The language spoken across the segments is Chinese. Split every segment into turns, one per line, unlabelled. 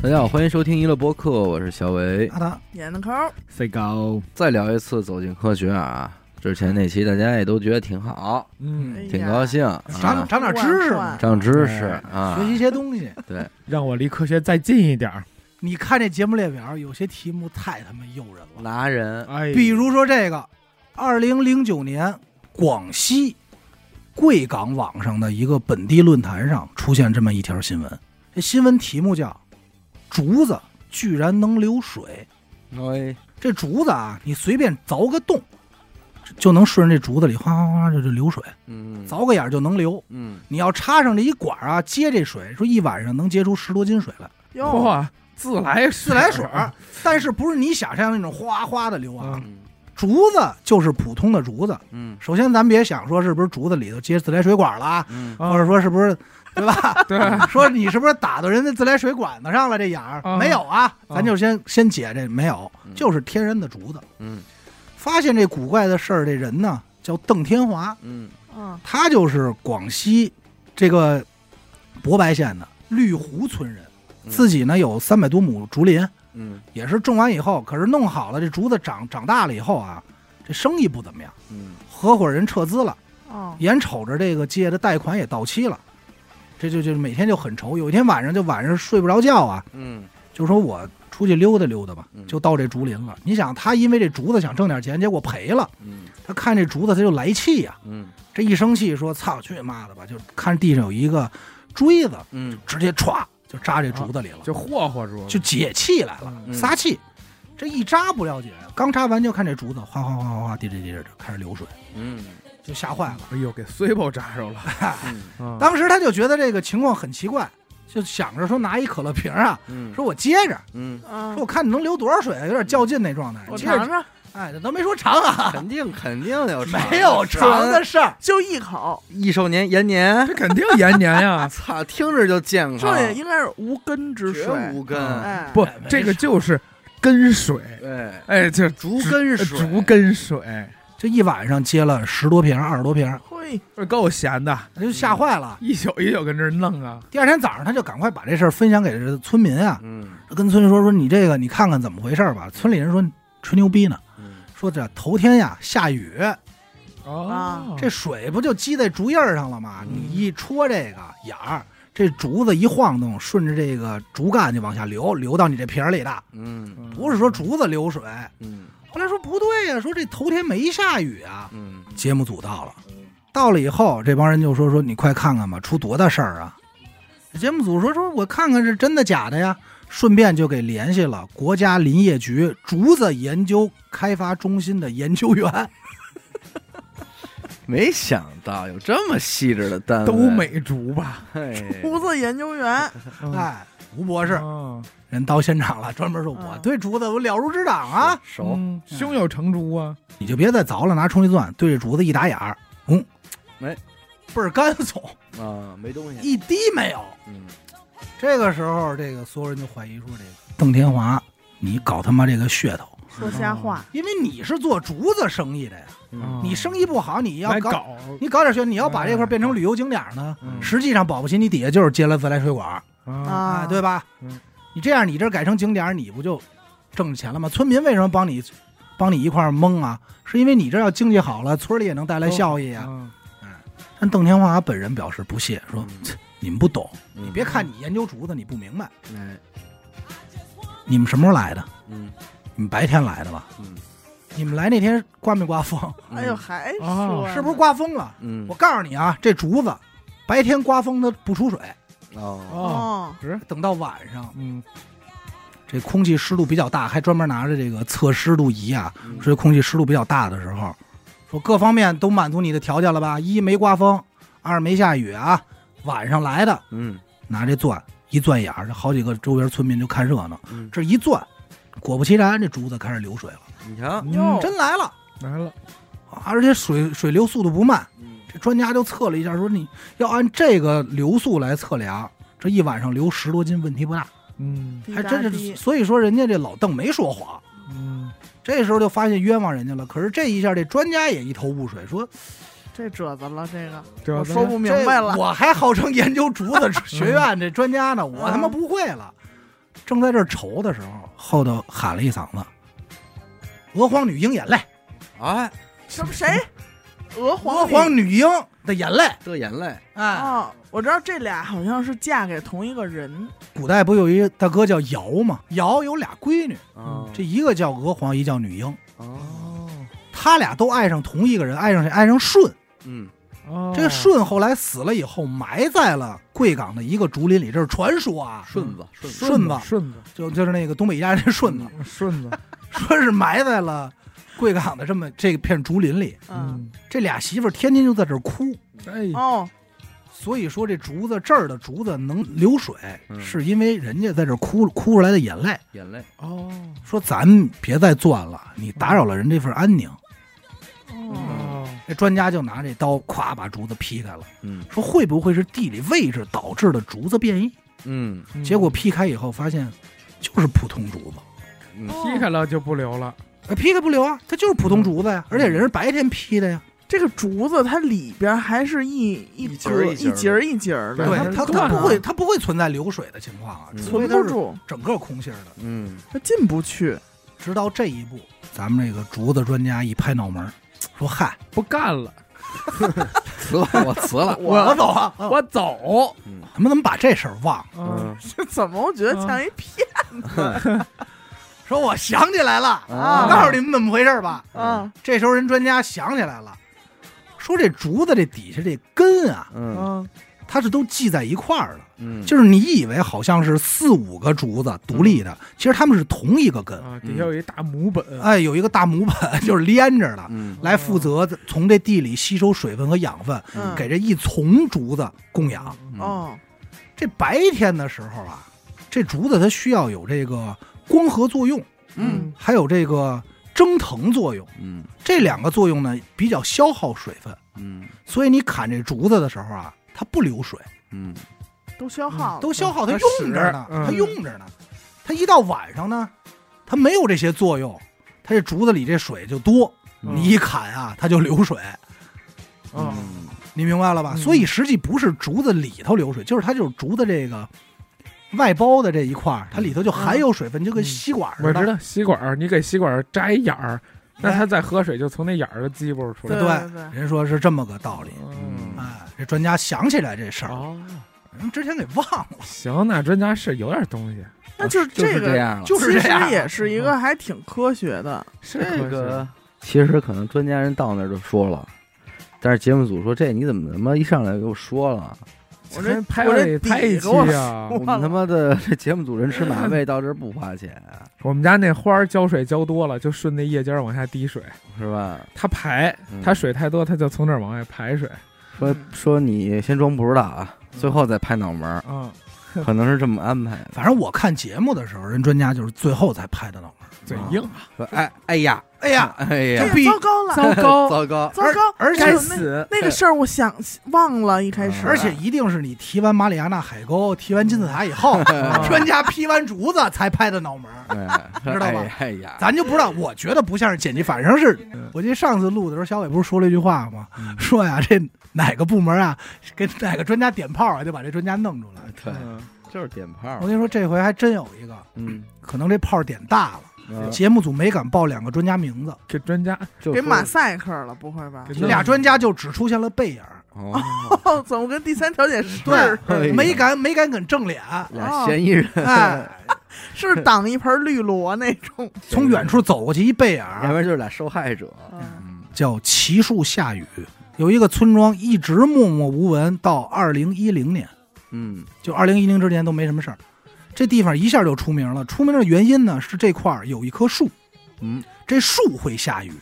大家好，欢迎收听娱乐播客，我是小维。
阿达
演的抠，
塞高，
再聊一次《走进科学》啊，之前那期大家也都觉得挺好，
哎
嗯，
呀
挺高兴，
长
啊
长点知识嘛
万，
长知识
哎
啊
学，习一些东西。
对，
让我离科学再近一点儿。
你看这节目列表，有些题目太他妈诱人了，
拿人
哎，
比如说这个，二零零九年广西贵港网上的一个本地论坛上出现这么一条新闻，这新闻题目叫“竹子居然能流水”。
哎，
这竹子啊，你随便凿个洞，就能顺着这竹子里哗哗哗就就流水，
嗯，
凿个眼儿就能流。
嗯，
你要插上这一管儿啊，接这水，说一晚上能接出十多斤水来，
哟，
哇，自来自
自来水 儿。但是不是你想象那种哗哗的流啊？
嗯
竹子就是普通的竹子。
嗯
首先，咱别想说是不是竹子里头接自来水管了，
嗯，
或者说是不是，对吧？
对，
说你是不是打到人家自来水管子上了这眼儿？
啊
没有啊，
啊
咱就先先解这没有，
嗯
就是天然的竹子。
嗯
发现这古怪的事儿，这人呢叫邓天华，
嗯
嗯，
他就是广西这个博白县的绿湖村人，
嗯
自己呢有三百多亩竹林，
嗯
也是种完以后，可是弄好了这竹子长长大了以后啊，这生意不怎么样，
嗯
合伙人撤资了，
哦，
眼瞅着这个借的贷款也到期了，这就就每天就很愁。有一天晚上就晚上睡不着觉啊，
嗯
就说我出去溜达溜达吧
嗯，
就到这竹林了。你想他因为这竹子想挣点钱，结果赔了，
嗯
他看这竹子他就来气呀、
嗯
这一生气说操去妈的吧，就看地上有一个锥子，
嗯
直接歘就扎这竹子里了，
就霍霍住，
就解气来了，
嗯
撒气。这一扎不了解，刚扎完就看这竹子哗哗哗哗哗滴滴滴滴开始流水，
嗯
就吓坏了。
哎呦，给 s i b o 扎着了。
嗯
嗯
当时他就觉得这个情况很奇怪，就想着说拿一可乐瓶啊，
嗯，
说我接着，
嗯，
嗯
说我看你能流多少水，有点较劲那状态。
我
接
尝
着，
尝，
哎，这都没说长啊，
肯定肯定有尝
没有长的事儿。
就一口，
益寿年延年，。
这肯定延年呀
操，听着就健康，
这也应该是无根之
啊绝
水，
无根，
哎，
不
哎没，事
这个就是根水。
对，
哎，这
竹根水，
竹根水，
这一晚上接了十多瓶、二十多瓶，
嘿，
这够闲的，
他就吓坏了。
一宿一宿跟这儿弄啊。
第二天早上，他就赶快把这事儿分享给这村民啊，
嗯
跟村里说说你这个你看看怎么回事儿吧。村里人说吹牛逼呢，
嗯
说这头天呀下雨，
哦
啊
这水不就积在竹叶儿上了吗？
哦嗯
你一戳这个眼儿，这竹子一晃动，顺着这个竹竿就往下流，流到你这瓶儿里的。
嗯
不是说竹子流水。
嗯
后来说不对呀、说这头天没下雨啊。
嗯
节目组到了，到了以后，这帮人就说说你快看看吧，出多大事儿啊！节目组说说我看看是真的假的呀，顺便就给联系了国家林业局竹子研究开发中心的研究员。
没想到有这么细致的单位，
都美竹吧？
嘿，
胡子研究 员，
哎，吴博士，
嗯
人到现场了，专门说我
嗯
对竹子我了如指掌啊，
熟，
嗯胸有成竹啊。
你就别再凿了，拿冲击钻对着竹子一打眼儿，嗯，
哎，
倍儿干松，
啊，没东西，
一滴没有。
嗯
这个时候，这个所有人就怀疑说，这个邓天华，你搞他妈这个噱头，
说瞎话，
因为你是做竹子生意的呀，
嗯
你生意不好，你要
来
搞，
搞，
你搞点噱，你要把这块变成旅游景点呢，
嗯
实际上保不齐你底下就是接了自来水管，
啊
啊
哎，，对吧？
嗯
你这样，你这改成景点儿，你不就挣钱了吗？村民为什么帮你帮你一块儿蒙啊？是因为你这要经济好了，村里也能带来效益啊。
啊，
但邓天华本人表示不屑，说
嗯：“
你们不懂，
你
你别看你研究竹子，你不明白。
嗯哎
你们什么时候来的？
嗯
你们白天来的吧？
嗯，
你们来那天刮没刮风？
哎呦，还说
哦
呢
啊是不是刮风了？
嗯
我告诉你啊，这竹子白天刮风它不出水，
哦
哦，
哦，
等到晚上
嗯，
这空气湿度比较大，还专门拿着这个测湿度仪啊，
嗯
说空气湿度比较大的时候，说各方面都满足你的条件了吧？一没刮风，二没下雨啊，晚上来的
嗯
拿这钻一钻眼儿，这好几个周边村民就看热闹，
嗯，
这一钻，果不其然，这竹子开始流水了，
你瞧，
嗯
哟
真来了
来了，
啊！而且水水流速度不慢，
嗯
这专家就测了一下，说你要按这个流速来测量。这一晚上流十多斤问题不大，
嗯
滴
还
答
真是。
滴
所以说人家这老邓没说谎，
嗯，
这时候就发现冤枉人家了。可是这一下，这专家也一头雾水，说
这褶子了，这个
这
我说不明白了 啊
这，我还号称研究竹子学院这专家呢，我他妈不会了。正在这儿愁的时候，后头喊了一嗓子：“娥皇女鹰眼泪，
哎，
什么谁？娥皇
娥
女
皇女鹰的眼泪。
这眼泪，”
哎，
哦，我知道这俩好像是嫁给同一个人，
古代不有一大哥叫尧吗？尧有俩闺女，
啊
这一个叫娥皇，一叫女鹰，
哦，
哦
他俩都爱上同一个人，爱上谁？爱上舜。
嗯，
哦，
这个舜后来死了以后，埋在了贵港的一个竹林里，这是传说啊，
顺子，顺子，
顺子
顺子，嗯
就就是那个东北一家人那舜子，
嗯
顺子，
说是埋在了贵港的这么这片竹林里。
嗯，
嗯，
这俩媳妇儿天天就在这儿哭，
哎，
哦，
所以说这竹子这儿的竹子能流水，
嗯
是因为人家在这儿哭哭出来的眼泪。
眼泪，
哦，
说咱别再钻了，你打扰了人这份安宁。嗯
哦，
哦，
这专家就拿这刀咵把竹子劈开了，
嗯
说会不会是地理位置导致的竹子变异？
嗯，
嗯
结果劈开以后发现就是普通竹子，
嗯
劈开了就不留了，
呃劈开不留啊，它就是普
嗯
通竹子呀，而且人是白天劈的呀，
这个竹子它里边还是一一
一节儿
格
一节儿
一
的
节儿一节儿
对
对
的，
它，
它
是
它
断
不
了啊
会它不会存在流水的情况啊，
嗯
除
存
非它
不
是
住，
整个空心儿的。
嗯，
它进不去。
直到这一步，咱们这个竹子专家一拍脑门儿，说嗨，
不干了，
辞嗯了，我辞了，
我走啊，我
我走，
咱们怎么把这事儿忘了？
嗯，
这怎么？我觉得像一骗
说我想起来
嗯
了，
啊
我告诉你们怎么回事吧。
嗯
啊！
这时候人专家想起来了，说这竹子这底下这根啊，
嗯
嗯，
它是都系在一块儿的，
嗯，
就是你以为好像是四五个竹子独立
嗯
的，其实它们是同一个根。
啊，底下有一大母本，
哎，有一个大母本 就是连着的，
嗯
来负责从这地里吸收水分和养分，
嗯
给这一丛竹子供养。
嗯
哦，
这白天的时候啊，这竹子它需要有这个光合作用，
嗯
还有这个蒸腾作用。
嗯
这两个作用呢比较消耗水分，
嗯
所以你砍这竹子的时候啊，它不流水，
嗯
都消耗了，
都消耗，它
嗯它
用着呢，
使嗯
它用着呢。它一到晚上呢，它没有这些作用，它这竹子里这水就多，
嗯
你一砍啊，它就流水，
啊，
嗯
你明白了吧？
嗯
所以实际不是竹子里头流水，就是它就是竹子这个外包的这一块儿，它里头就含有水分，就跟吸管似
嗯我知
的。
道吸管儿，你给吸管儿扎一眼儿，那它再喝水就从那眼儿的鸡巴出
对
来。
对嗯
对，
人说是这么个道理。
嗯
哎，这专家想起来这事儿，
哦，
人之前给忘了。
行，那专家是有点东西，
那就
就是这
个
样了。
就是
其
这
实
样
也是一个还挺科学的，
是科学。
其实可能专家人到那儿就说了，但是节目组说这你怎么他妈一上来给我说了？
我这
咱拍
我这
了
底
拍一
给我
期啊！
我们他妈的这节目组人吃哪位到这儿不花钱
我们家那花儿浇水浇多了，就顺那叶尖儿往下滴水，
是吧？
它排
嗯，
它水太多，它就从这儿往外排水。
说说你先装不知道啊，最后再拍脑门儿，
嗯，
可能是这么安排的。
反正我看节目的时候，人专家就是最后才拍的脑门儿。
嘴硬啊，
说哎哎呀
哎呀，
哎
哎
呀
必
糟糕了，
糟 糕，
糟糕，
糟糕，
而
还
且嗯
该
有那
死！
那个事儿我想忘了，一开始，
而且一定是你提完马里亚纳海沟、提完金字塔以 后，
啊
专家劈完竹子才拍的脑门儿。
哎
知道吧
哎哎呀，
咱就不知道，我觉得不像是剪辑，反正是
嗯
我记得上次录的时候，小伟不是说了一句话吗？
嗯
说呀，这哪个部门啊，给哪个专家点炮啊，就把这专家弄出来。
对，
嗯
就是点炮
我，跟你说，这回还真有一个，
嗯，
可能这炮点大了，
嗯
节目组没敢报两个专家名字，
这专家
就
给
说
马赛克了，不会吧
给？
嗯
这俩专家就只出现了背影儿，
哦，
哦，怎么跟第三条解释
对
哎呀
没敢啊没敢跟正脸，
俩嫌疑人，
哎，
是挡一盆绿萝那种？
从远处走过去一背影
要不
儿，
然就是俩受害者，
嗯
嗯
叫奇树下雨，有一个村庄一直默默无闻，到二零一零年，
嗯
就二零一零之前都没什么事儿，这地方一下就出名了。出名的原因呢是这块儿有一棵树，
嗯，
这树会下雨，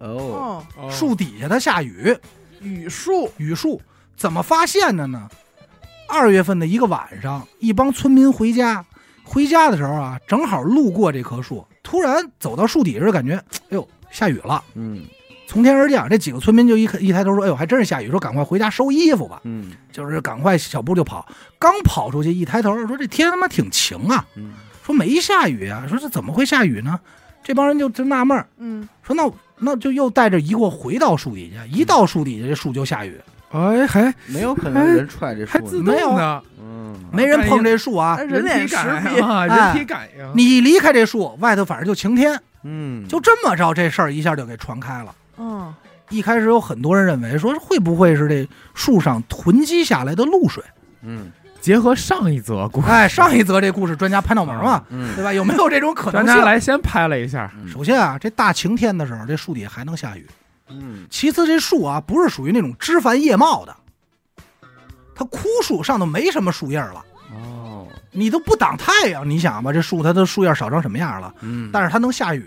嗯
哦，
哦，
哦
树底下它下雨，
雨树，
雨树怎么发现的呢？二月份的一个晚上，一帮村民回家，回家的时候啊，正好路过这棵树，突然走到树底下，感觉，哎呦，下雨了。
嗯
从天而降，这几个村民就一看一抬头说：“哎呦，还真是下雨！”说：“赶快回家收衣服吧。
嗯”
就是赶快小步就跑。刚跑出去，一抬头说：“这天他妈挺晴啊
嗯！”
说：“没下雨啊！”说：“这怎么会下雨呢？”这帮人就就纳闷儿
嗯，
说：“那那就又带着疑惑回到树底下，一到树底下，这树就下雨。
哎还
没有可能人踹这
还
树
自
呢，
动的，
嗯，
没人碰这树啊。
哎人
人
脸
体
识
感
别
应啊，
哎
人体感应。
你一离开这树，外头反正就晴天，
嗯，
就这么着，这事儿一下就给传开了。
嗯，
一开始有很多人认为说会不会是这树上囤积下来的露水？
嗯
结合上一则故事，
哎，上一则这故事专家拍脑门嘛，
嗯，
对吧？有没有这种可能
专
性
家？来先拍了一下，
首先啊，这大晴天的时候，这树底下还能下雨。
嗯
其次，这树啊不是属于那种枝繁叶茂的，它枯树上头没什么树叶了，
哦，
你都不挡太阳，你想吧，这树它的树叶少成什么样了？
嗯，
但
是
是它能下雨，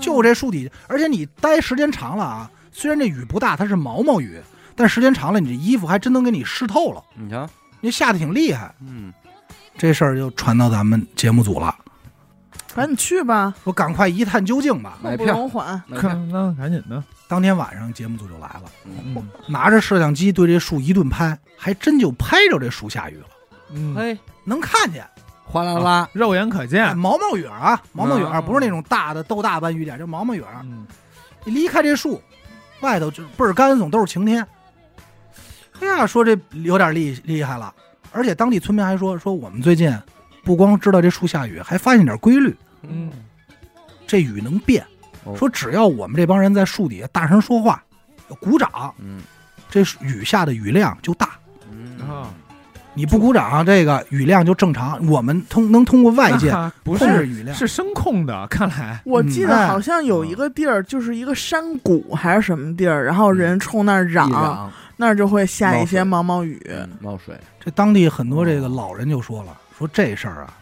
就这树底下，而且你待时间长了啊，虽然这雨不大，它是毛毛雨，但时间长了，你这衣服还真能给你湿透了，
你瞧，
你下的挺厉害。
嗯
这事儿就传到咱们节目组了，
赶紧去吧，
说赶快一探究竟吧。
买
刻不
票
容缓。
那
看那赶紧的，
当天晚上节目组就来了，
嗯
拿着摄像机对这树一顿拍，还真就拍着这树下雨了，
嗯，
嘿，
能看见。
哗啦啦，
肉眼可
哎
见，
毛毛雨儿啊，毛毛雨儿
嗯
不是那种大的豆大般雨点，就毛毛雨儿。
嗯，
你离开这树，外头就倍儿干总，都是晴天。哎呀，说这有点厉厉害了，而且当地村民还说说我们最近不光知道这树下雨，还发现点规律，
嗯，
这雨能变
哦。
说只要我们这帮人在树底下大声说话、鼓掌，
嗯
这雨下的雨量就大。
嗯
啊，
你不鼓掌，这个雨量就正常。我们通能通过外界
那 不
控
是
制雨量，
是声控的，看来
我记
嗯哎
得好像有一个地儿，就是一个山谷还是什么地儿，然后人冲那儿
一
嗯
嚷，
嚷
那儿就会下一些
冒
毛毛雨。
嗯冒水，
这当地很多这个老人就说了，说这事儿啊，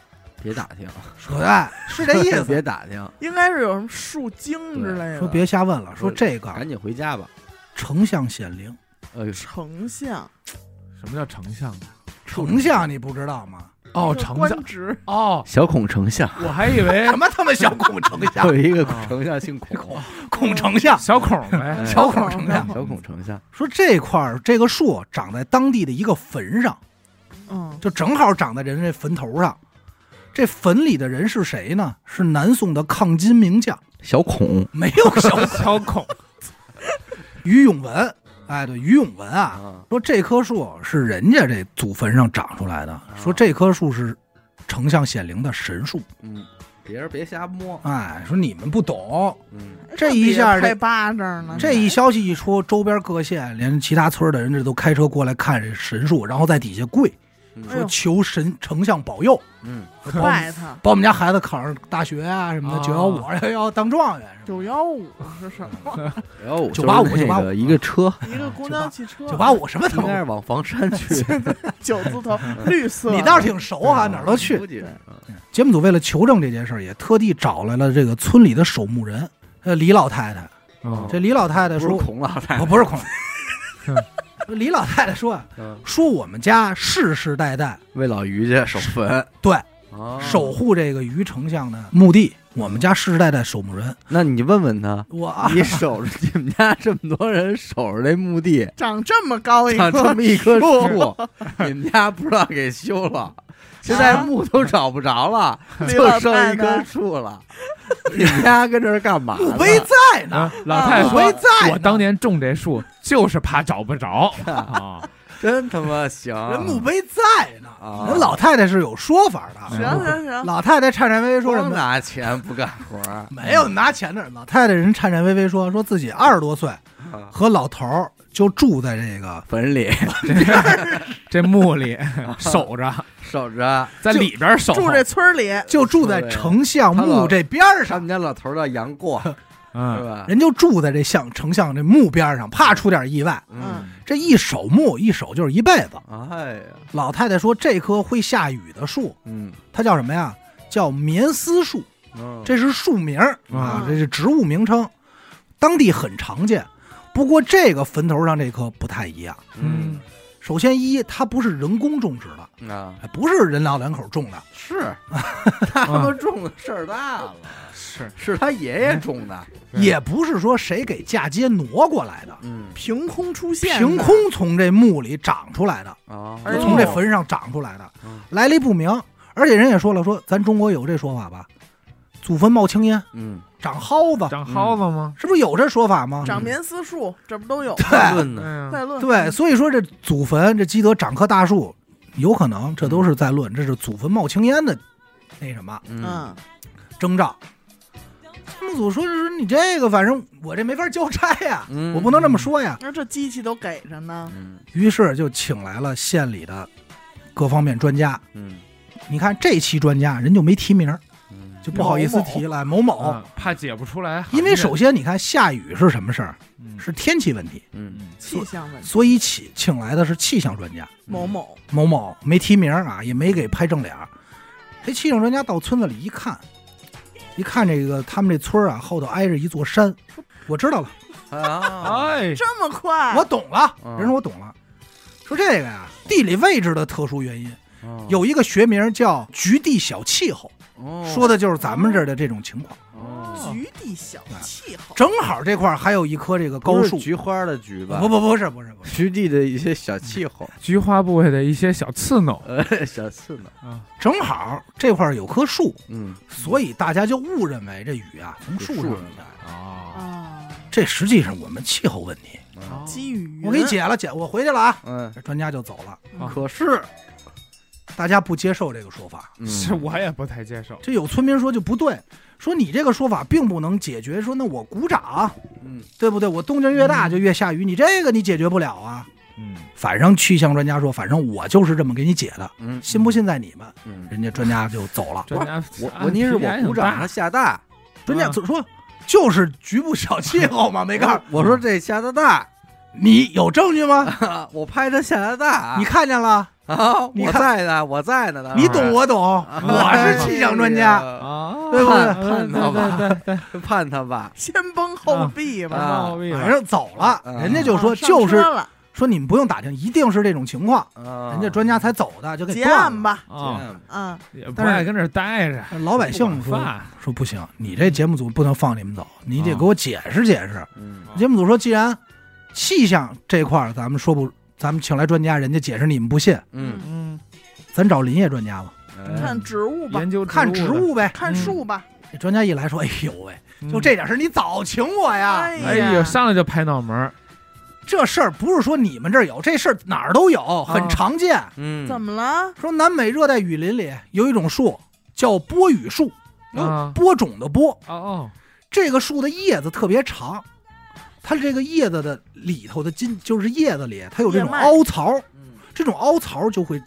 别打听，
说哎是这意思，
别打听，
应该是有什么树精之类的。
说别瞎问了，说
我
这个
赶紧回家吧。
丞相显灵，
哎呦，
丞相
什么叫丞相啊？
丞相你不知道吗？
哦，
一个
丞相
官职，
哦，
小孔丞相，
我还以 为
什么他妈小 孔丞 相，
有一个
啊
丞相姓孔，
孔丞相，
小孔呗，
哎
小孔丞
小
相
孔
小孔丞 相，
说这块儿这个树长在当地的一个坟上，
嗯，
就正好长在人这坟头上。这坟里的人是谁呢？是南宋的抗金名将，
小孔
没有小
小孔，
于永文。哎，对，于永文啊，
啊，
说这棵树是人家这祖坟上长出来的，说这棵树是丞相显灵的神树。
嗯，别人别瞎摸，
哎，说你们不懂。
嗯，
这一下
拍
这
巴掌呢，
这一消息一出，周边各县连其他村的人这都开车过来看这神树，然后在底下跪
哎
嗯
呦
求神丞相保佑，
嗯，
拜他
把我们家孩子考上大学啊 什么的，
啊
九幺五幺幺当状元什么
九幺五是什么？
然后
985
哦就是那
985
个一个车，
嗯
一个公交汽车，
的，九八五什么他
应该
妈
是，往房山去，
九字头，绿色。
你倒是挺熟啊，哪儿都 去
估。计是
对
嗯
节目组为了求证这件事儿，也特地找来了这个村里的守墓人，呃，李老太太。
嗯
这李老太太
不是
说，
孔老太
我
太，
不是恐龙。 李老太太说啊，
嗯
说我们家世世代代
为老于家守坟，
对
啊
守护这个于丞相的墓地，我们家世世代代守墓人。
那你问问他，
我啊，
你守着 你们家这么多人守着这墓地，
长这么
哎
高一
长这
棵
么一棵树， 你们家不知道给修 了，现在墓都找不着了，
啊
李
就
老
剩
太
一棵
太，
树了。你们家跟这儿干嘛呢？
墓碑在呢
啊，，老太太
墓碑
说，
在呢。
我当年种这树就是怕找不着啊，
真他妈行！
人墓碑在呢
啊，
人老太太是有说法的。
行行行，
老太太颤颤巍巍说什
光
么？
拿钱不干活儿，
没有拿钱的人，老太太人颤颤巍巍说，说自己二十多岁
啊
和老头儿就住在这个
坟里
这墓里守着，
守着。
在里边守，
住这村儿里，
就住在丞相墓这边儿
他
上
们，家老头儿叫杨过，是
嗯，
吧？
啊人就住在这像丞相这墓边上，怕出点意外。
嗯，
这一守墓，一守就是一辈子。
哎呀，
老太太说，这棵会下雨的树，
嗯
它叫什么呀？叫棉丝树，
嗯，
这是树名儿啊
嗯，
这是植物名称，当地很常见。不过这个坟头上这棵不太一样。
嗯
首先一，它不是人工种植的，
啊
哎不是人老两口种的，
是，他们种的事儿大了，
是
是他爷爷种的，
对
也不是说谁给嫁接挪过来的，
嗯
凭空出现，
凭空，从这墓里长出来的。
啊，
哎呦
从这坟上长出来的
嗯，
来历不明。而且人也说了，说咱中国有这说法吧，祖坟冒青烟，
嗯，
长蒿子，
长蒿子吗？
是不是有这说法吗？
长棉丝树，这不都有？
哦对
论呢，
嗯
再论
对，所以说这祖坟这积德长棵大树，有可能这都是在论，这是祖坟冒青烟的那什么
嗯
嗯，
征兆。节目组说：“是你这个，反正我这没法交差呀，
嗯
我不能这么说呀。
那这机器都给着呢，
嗯”
于是就请来了县里的各方面专家。
嗯
你看这期专家人就没提名，
嗯
就不好意思提了某某，
啊怕解不出来，
因为首先你看下雨是什么事儿，
嗯
是天气问题，
嗯
气象问题。
所以嗯请请来的是气象专家。
某某，
某某没提名啊，也没给拍正脸儿。这气象专家到村子里一看，一看这个他们这村儿啊，后头挨着一座山。我知道了，
啊，
哎，
这么快？
我懂了。
嗯
人说我懂了，说这个呀、地理位置的特殊原因，
哦
有一个学名叫局地小气候，
哦
说的就是咱们这儿的这种情况。
哦
局地小气候，
正好这块儿还有一棵这个高
不是
树，
菊花的菊吧？
不不不是不是不是，
徐地的一些小气候，
菊花部位的一些小刺挠
呃，小刺挠，
啊，
正好这块儿有棵树，
嗯，
所以大家就误认为这雨啊从树上
树
来
上
的。
啊，
啊，
这哦实际上我们气候问题。
哦
啊
基于
我给你解了解，我回去了啊。
嗯，
这专家就走了，
可是
大家不接受这个说法。
嗯
是我也不太接受，
这有村民说就不对，说你这个说法并不能解决。说那我鼓掌，
嗯
对不对？我动静越大就越下雨，你这个你解决不了啊。
嗯，
反正气象专家说，反正我就是这么给你解的，
嗯
信不信在你们。
嗯，
人家专家就走了，
专家
我
啊
我您是我鼓掌，他下大，
专
嗯
家就说就是局部小气候嘛，没告诉
我说这下的大，
你有证据吗？
啊我拍他下的大，
你看见了，
啊，
你
我
看
在呢，我在呢，当时啊
你懂我懂，我是气象专 家。
哎
啊，
对不对
判他吧
对对对对，
呀判他吧，
先崩后毙吧。
啊
冒昧了
反正走了，
嗯
人家就说
啊上
就
车
是
了
说你们不用打听，一定是这种情况，
啊，
人家专家才走的，就给
结
断
案
了。
吧，
啊，
嗯
嗯，
也不爱跟这儿待着，
老百姓
不
说
管饭
说不行，你这节目组不能放你们走，你得给我解释解释。
嗯
啊
节目组说，既然气象这块儿咱们说不，咱们请来专家，人家解释你们不信，
嗯，
嗯，
咱找林业专家吧，
哎
看植物吧，
研究
看植
的，
物呗。
看树吧，
这专家一来说，哎呦喂，
嗯
就，这点事儿你早请我呀！
哎呦，上来就拍脑门儿，
这事儿不是说你们这儿有，这事儿哪儿都有，很常见。
嗯，
怎么了？
说南美热带雨林里有一种树叫波雨树，
啊
播种的播，
哦哦，
这个树的叶子特别长，它这个叶子的里头的筋，就是叶子里它有这种
叶脉
凹槽，
嗯？
这种凹槽就会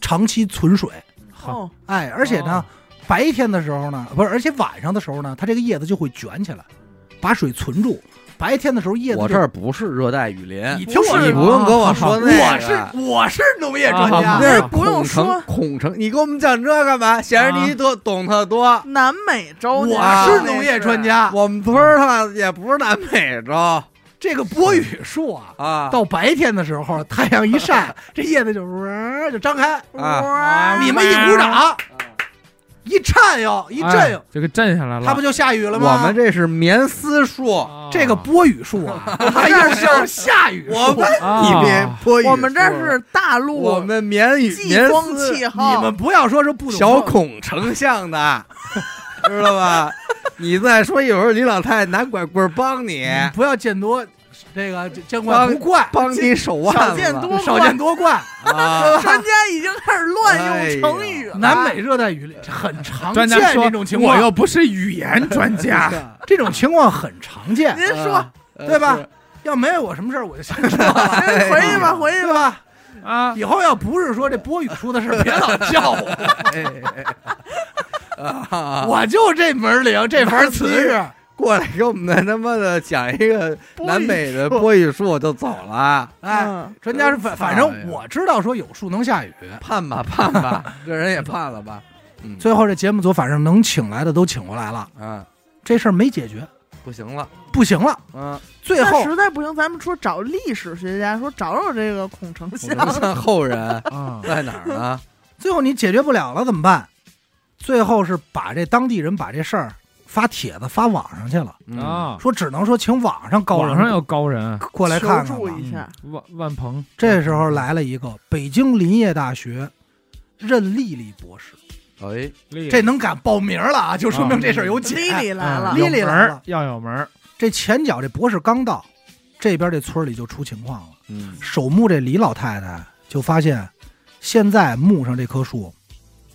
长期存水。
好，
哦，
哎，而且呢
哦，，
白天的时候呢，不是，而且晚上的时候呢，它这个叶子就会卷起来，把水存住。白天的时候叶子
我
就
这儿不是热带雨林，
你听我
你
说
不用跟我说那
我
个。啊
是我是农业专家，
啊
那是
不用
孔城
说
孔城，你跟我们讲这干嘛？显
啊
示你多懂得多。
南美洲，
我
啊
是农业专，家。
我们村儿它也不是南美洲
这个波雨树啊，
啊，
到白天的时候，太阳一晒，这叶子就嗡就张开。
啊
哇，
哎你们一鼓掌，一颤悠，一震悠，
哎就给震下来了，
它不就下雨了
我
吗？
们这是棉丝树，
啊
这个波雨树啊，它又叫下雨
我
树
们。
啊
你别泼雨树
我们这是大陆，
我们棉雨
季
棉
风
丝
气候，
你们不要说是不懂
小孔丞相的， 知道吧？你再说一会儿，李老太太拿拐棍儿帮你，
你不要见多，这个见怪不怪，
帮你手腕
少
子
见多
少见多怪。
啊！
专家已经开始乱用成语了。
哎南美热带雨林很常见
专家说
这种情况，
我又不是语言专家，
这种情况很常见，
您
啊
说，
对吧？要没有我什么事儿，我就先知道 了，
您哎回去吧，回去
对
吧。
吧？
啊，
以后要不是说这波雨出的事儿，别老叫 我，
哎哎哎啊
我就这门儿灵，这门儿词语。
过来给我们他妈的讲一个南美的波语术就走了，
哎，
嗯，
专家是反
操
反
呀
正我知道说有树能下雨，
判吧判吧，这人也判了吧？嗯，
最后这节目组反正能请来的都请过来了，
啊，
这事儿没解决，
不行了，
不行了。
嗯，
最
那
后
实在不行，咱们说找历史学家，说找找这个孔 丞相
我。们像后人
啊，
在哪儿呢？
最后你解决不了了怎么办？最后是把这当地人把这事儿发帖子发网上去了，
嗯，
啊，
说只能说请网上高人
网上有高人，嗯
过来看看
求助
吧。
一下，
万万鹏，
这时候来了一个北京林业大学任丽丽博士，
哎，
厉害
这能敢报名了啊，就说明这事儿有解。
丽丽来了
嗯，
丽
有
丽
门
来
儿
了
要有门儿，
这前脚这博士刚到，这边这村里就出情况了。
嗯
守墓这李老太太就发现现在墓上这棵树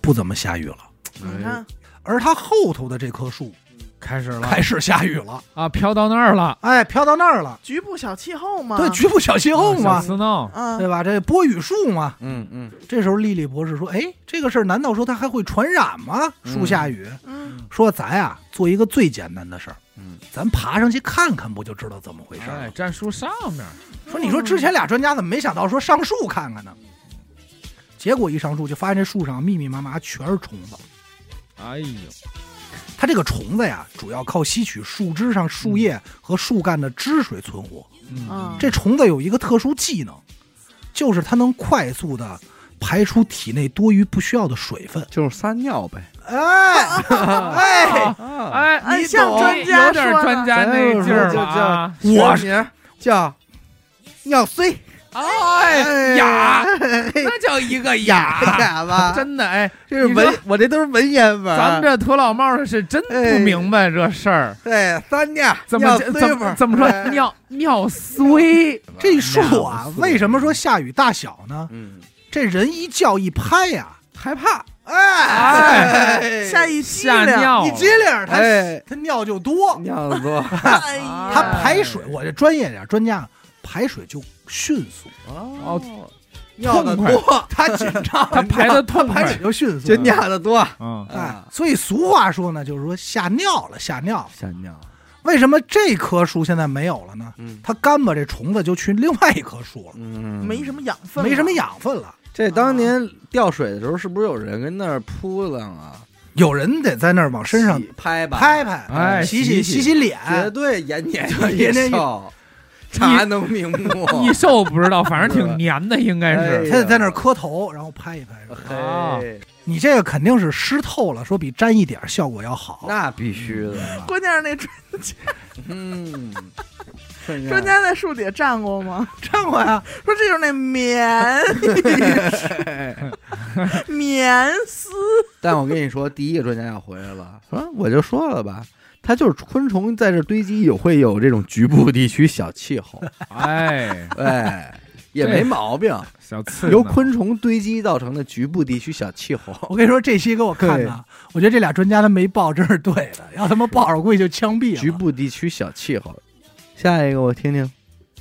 不怎么下雨了，嗯
你看，
而它后头的这棵树
开始了
开始下雨了，
啊，飘到那儿了，
哎，飘到那儿了，
局部小气候嘛，
对，局部小气候
小
嘛，
斯诺
啊，
对吧？这波雨树嘛，
嗯嗯，
这时候莉莉博士说：“哎，这个事儿难道说它还会传染吗？
嗯
树下雨，
嗯，
说咱呀做一个最简单的事儿，
嗯，
咱爬上去看看，不就知道怎么回事儿
哎，
了？
站树上面，
说你说之前俩专家怎么没想到说上树看看呢？结果一上树就发现这树上密密麻麻全是虫子，
哎呦，
它这个虫子呀主要靠吸取树枝上树叶和树干的汁水存活。
啊
嗯，
这虫子有一个特殊技能，就是它能快速的排出体内多余不需要的水分。
就是撒尿呗。
哎哎，
哎，
哎，
哎
你
像
懂
专家
有点
说的
专家那劲儿了啊，
我
我
名叫尿虽，
哎
呀
呀，那叫一个雅，
哑巴，
真的哎，
这是
你
文
说，
我这都是文言文。
咱们这土老帽的是真不明白这事儿，
对撒尿
怎
尿
么
虽
怎
味儿
么怎么说
哎
尿尿衰？
这树啊
两，岁
为什么说下雨大小呢？
嗯，
这人一叫一拍呀、
害怕，
哎
下一剂
吓
量，
尿
一
了，
激灵它、
哎
它尿就多，
尿的 多。
哎呀，
它排水。我这专业点，专家排水就迅速，
哦，尿的
痛快
多，
它紧张，
他排的痛
排
快
水，就 迅速
就。尿的多，
嗯，
哎
啊，
所以俗话说呢，就是说吓尿了，吓尿了。
吓尿。
为什么这棵树现在没有了呢？
嗯
它干巴这虫子就去另外一棵树了，
嗯，
没什么养分，
没什么。养分了。
这当年掉水的时候，是不是有人跟那儿扑棱啊？
有人得在那儿往身上
洗拍吧，啊
拍拍，
哎
洗
洗洗
洗洗脸，
绝对哎延年
延
益
年益
寿，茶能 明目。
易瘦不知道，反正挺黏的，应该是。
他得在那儿磕头，然后拍一拍。
嘿，
你这个肯定是湿透了，说比沾一点儿效果要好。
那必须 的。
关键是那专
嗯，
专家在树底下站 过吗？
站过呀，
说这就是那棉 棉丝，
但我跟你说，第一个专家要回来了，说啊我就说了吧，它就是昆虫在这堆积，有会有这种局部地区小气候，
哎，
哎，也没毛病，
小刺
由
呢
昆虫堆积造成的局部地区小气候。
我跟你说，这期给我看的，我觉得这俩专家他没报，真是对的。要他妈报上，我估计就枪毙了。
局部地区小气候，下一个我听听，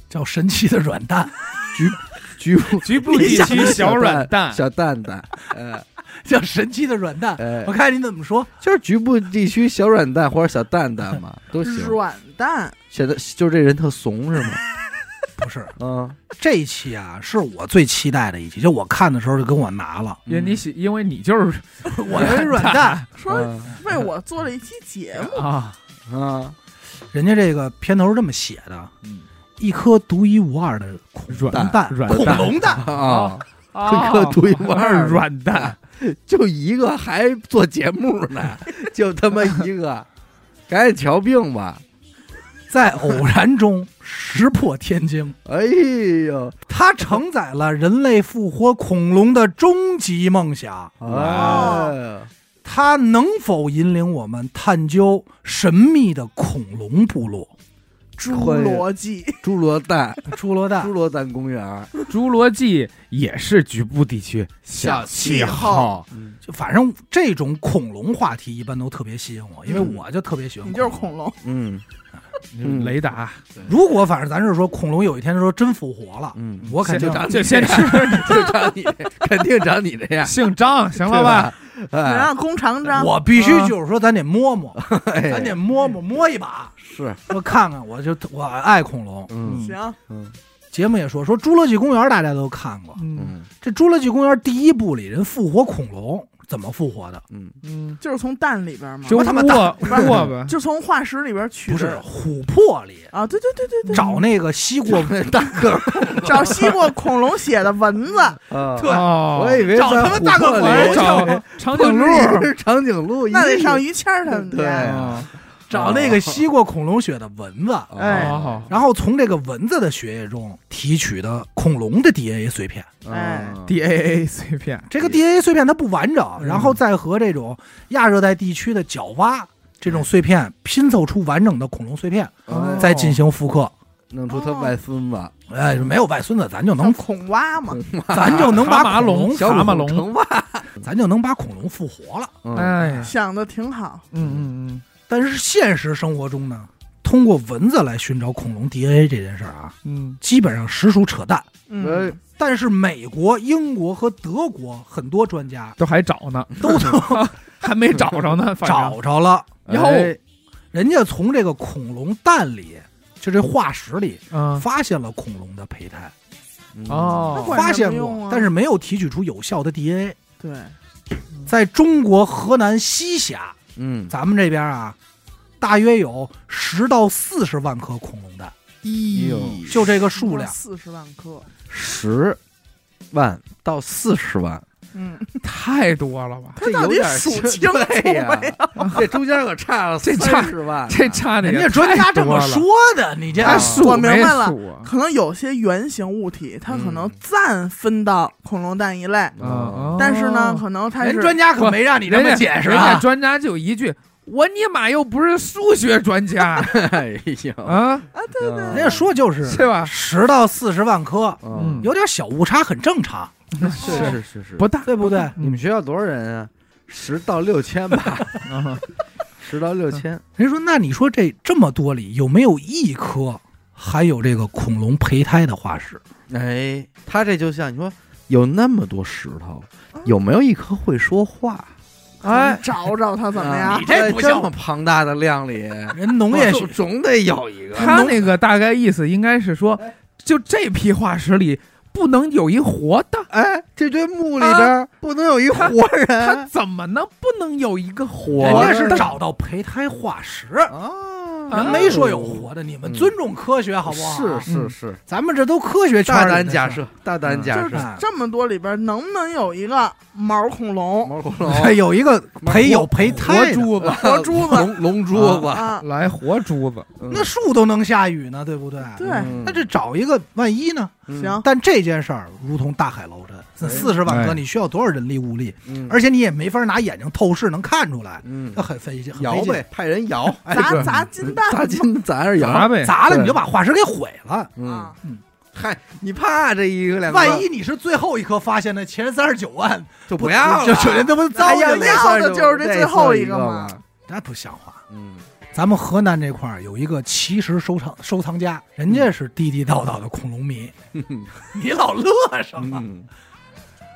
叫神奇的软蛋，
局部
局部地区小 软蛋，
小蛋蛋，呃，
叫神奇的软蛋。
哎
我看你怎么说。
就是局部地区小软蛋或者小蛋蛋嘛，都行。
软蛋，
显得就是这人特怂是吗？
不是
嗯，
这一期啊，是我最期待的一期，就我看的时候就跟我拿了。
因为你喜，因为你就是
我是软蛋，
说为我做了一期节目，
啊，
啊，
人家这个片头是这么写的：
嗯
一颗独一无二的恐龙
软
蛋，
软
恐
蛋
龙蛋。
啊，
啊
这个独一无二的
软蛋，
就一个还做节目呢，就他妈一个，赶紧瞧病吧！
在偶然中识破天惊，
哎呦，
它承载了人类复活恐龙的终极梦想。
哦
哎，
它能否引领我们探究神秘的恐龙部落？
侏
嗯
罗纪，
侏罗蛋，
侏罗
侏
蛋，
罗蛋公园，
侏罗纪也是局部地区小
气
候
候，
就反正这种恐龙话题一般都特别吸引我，因为
嗯
我就特别喜欢。
你就是恐。龙，
嗯嗯
雷达，
如果反正咱是说恐龙有一天说真复活了，
嗯，
我肯定
先就 先吃，
就 长你，肯定长你这样，
姓张，行了
对
吧？
吧？
能
哎，
让弓长张，
我必须就是说咱得摸摸，
嗯
咱得
哎
摸摸摸一把，
是，
说看看，我就我爱恐龙。
嗯
行，
嗯
节目也说说《侏罗纪公园》，大家都看过。
嗯
嗯
这《侏罗纪公园》第一部里人复活恐龙怎么复活的？
嗯，
嗯，
就是从蛋里边嘛，
就
就
握握吧，
就从化石里边取
不
的，
是琥珀里
啊，对对对对对，
找那个吸过
我，们嗯 大个儿
找吸过恐龙血的蚊子，
啊，
哦，
我以为
找他
在
妈
琥
大个
珀
儿
里
我
我
找长颈鹿，哦
是 长颈鹿，
那得上
一
于谦儿他们
对
家，
啊
找那个吸过恐龙血的蚊子，
个
哎
好
哦
好
然后从这个蚊子的血液中提取的恐龙的 DNA 碎片。
哎
嗯
DAA 碎片，
这个 DNA 碎片它不完整，然后再和这种亚热带地区的角蛙这种碎片拼凑出完整的恐龙碎片，
哦
再进行复刻。
弄出他外孙子，
哎，没有外孙子，咱就
像
能，
孔蛙嘛，
咱就能
蛤
把恐
蟆龙
龙，
小
蛤蟆
龙
龙
成蛙。
咱就能把恐龙复活了。
嗯，
哎呀，
想的挺好。
嗯嗯嗯
但是现实生活中呢，通过蚊子来寻找恐龙 DNA 这件事儿啊，
嗯，
基本上实属扯淡。
哎
嗯，
但是美国、英国和德国很多专 家
都还找呢，
都都
还没找着呢，反正
找着了，
哟
哎
人家从这个恐龙蛋里，就这化石里
嗯
发现了恐龙的胚胎，
嗯
那
哦
管什么
发现
用
过
啊，
但是没有提取出有效的 DNA。
对，
在中国河南西峡，
嗯，
咱们这边啊，大约有十到四十万颗恐龙蛋，
哎呦
就这个数量。
四十万颗，
十万到四十万，
嗯，
太多了吧，
他到底
有点
数清楚
对
没
呀
有？
这中间可差了
这差
十万呢，
这差的
人家专家这么
哎太多
说
了，哎
的，你这
啊
他数
我明白
没
了
数啊
可能有些圆形物体，它可能
嗯
暂分到恐龙蛋一类，
嗯
嗯，
但是呢，
哦
可能它
人
是
专家可没让你这么解释
人家
啊。
专家就一句：“我尼玛又不是数学专 家
哎呦，
啊，
啊，对对，
嗯
人家说就是
是吧
啊十到四十万颗，
嗯，
有点小误差很正常，
是是是是，
不嗯大。
对不对？
你们学校多少人啊？十到六千吧，十到六千，
人家说，那你说这这么多里有没有一颗含有这个恐龙胚胎的化石？
哎，他这就像你说，有那么多石头，有没有一颗会说话？”
哎，找找它怎么
啊
样
你？这不
在
像
这么庞大的量里，
人农业
总
学
总得有一个。
他那个大概意思应该是说，就这批化石里不能有一活的，
哎，这堆墓里边不能有一活
他
人
怎么能不能有一个活
哎人家
的？
是找到胚胎化石，
啊
人没说有活的，你们尊重科学好不好？
嗯
啊
是是
嗯
是，
咱们这都科学圈
大
儿
胆
里的事儿
假，设，大胆假
就是
设，
是
这么多里边，能不能有一个毛恐龙
毛恐
对，
龙、
有一个培有胚胎
活
的，
珠子，
活珠子
龙龙珠子，
啊？
来活珠子，
嗯
那树都能下雨呢，对不对？
对，
嗯
那这找一个万一呢？
行，
但这件事儿如同大海捞针，四十万颗
哎
你需要多少人力物力？
嗯
而且你也没法拿眼睛透视能看出来，
嗯
那，很 费劲，很
摇
费劲
呗，，派人摇，哎
砸砸金蛋
砸金砸着
砸
摇，
呗，
砸了
对
你就把化石给毁了。
嗯
啊，！
嗨，你怕这一个两个，
万一你是最后一颗发现的前三十九万，
就不要
就
了，
就人这不糟
哎
践
呀
了
那
吗？
算
要的就是这
这
最后一
一
个嘛
嘛，
那不像话。
嗯，
咱们河南这块儿有一个奇石收藏收藏家，人家是地地道道的恐龙迷，你老乐什么？
嗯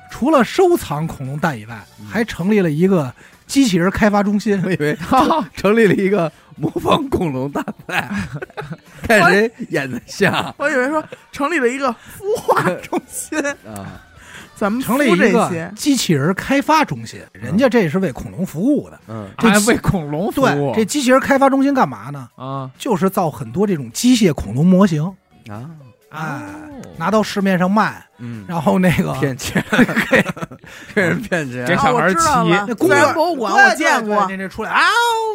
除了收藏恐龙蛋以外，还成立了一个机器人开发中心。
我以为
哦
成立了一个模仿恐龙大赛，看谁演的像
我以为说成立了一个孵化中心，
啊。
咱们
成立
孵
呃一
这
个
些，
机器人开发中心，人家这是为恐龙服务的。
嗯
这
还为恐龙服务
对，这机器人开发中心干嘛呢？
啊
就是造很多这种机械恐龙模型，
啊，
哎，
哦
拿到市面上卖，
嗯，
然后那个
骗钱， 给人骗钱
这
啊，
小孩
我
儿
知道
骑
了，
那公
自然
园
博物馆我见过
那这出来嗷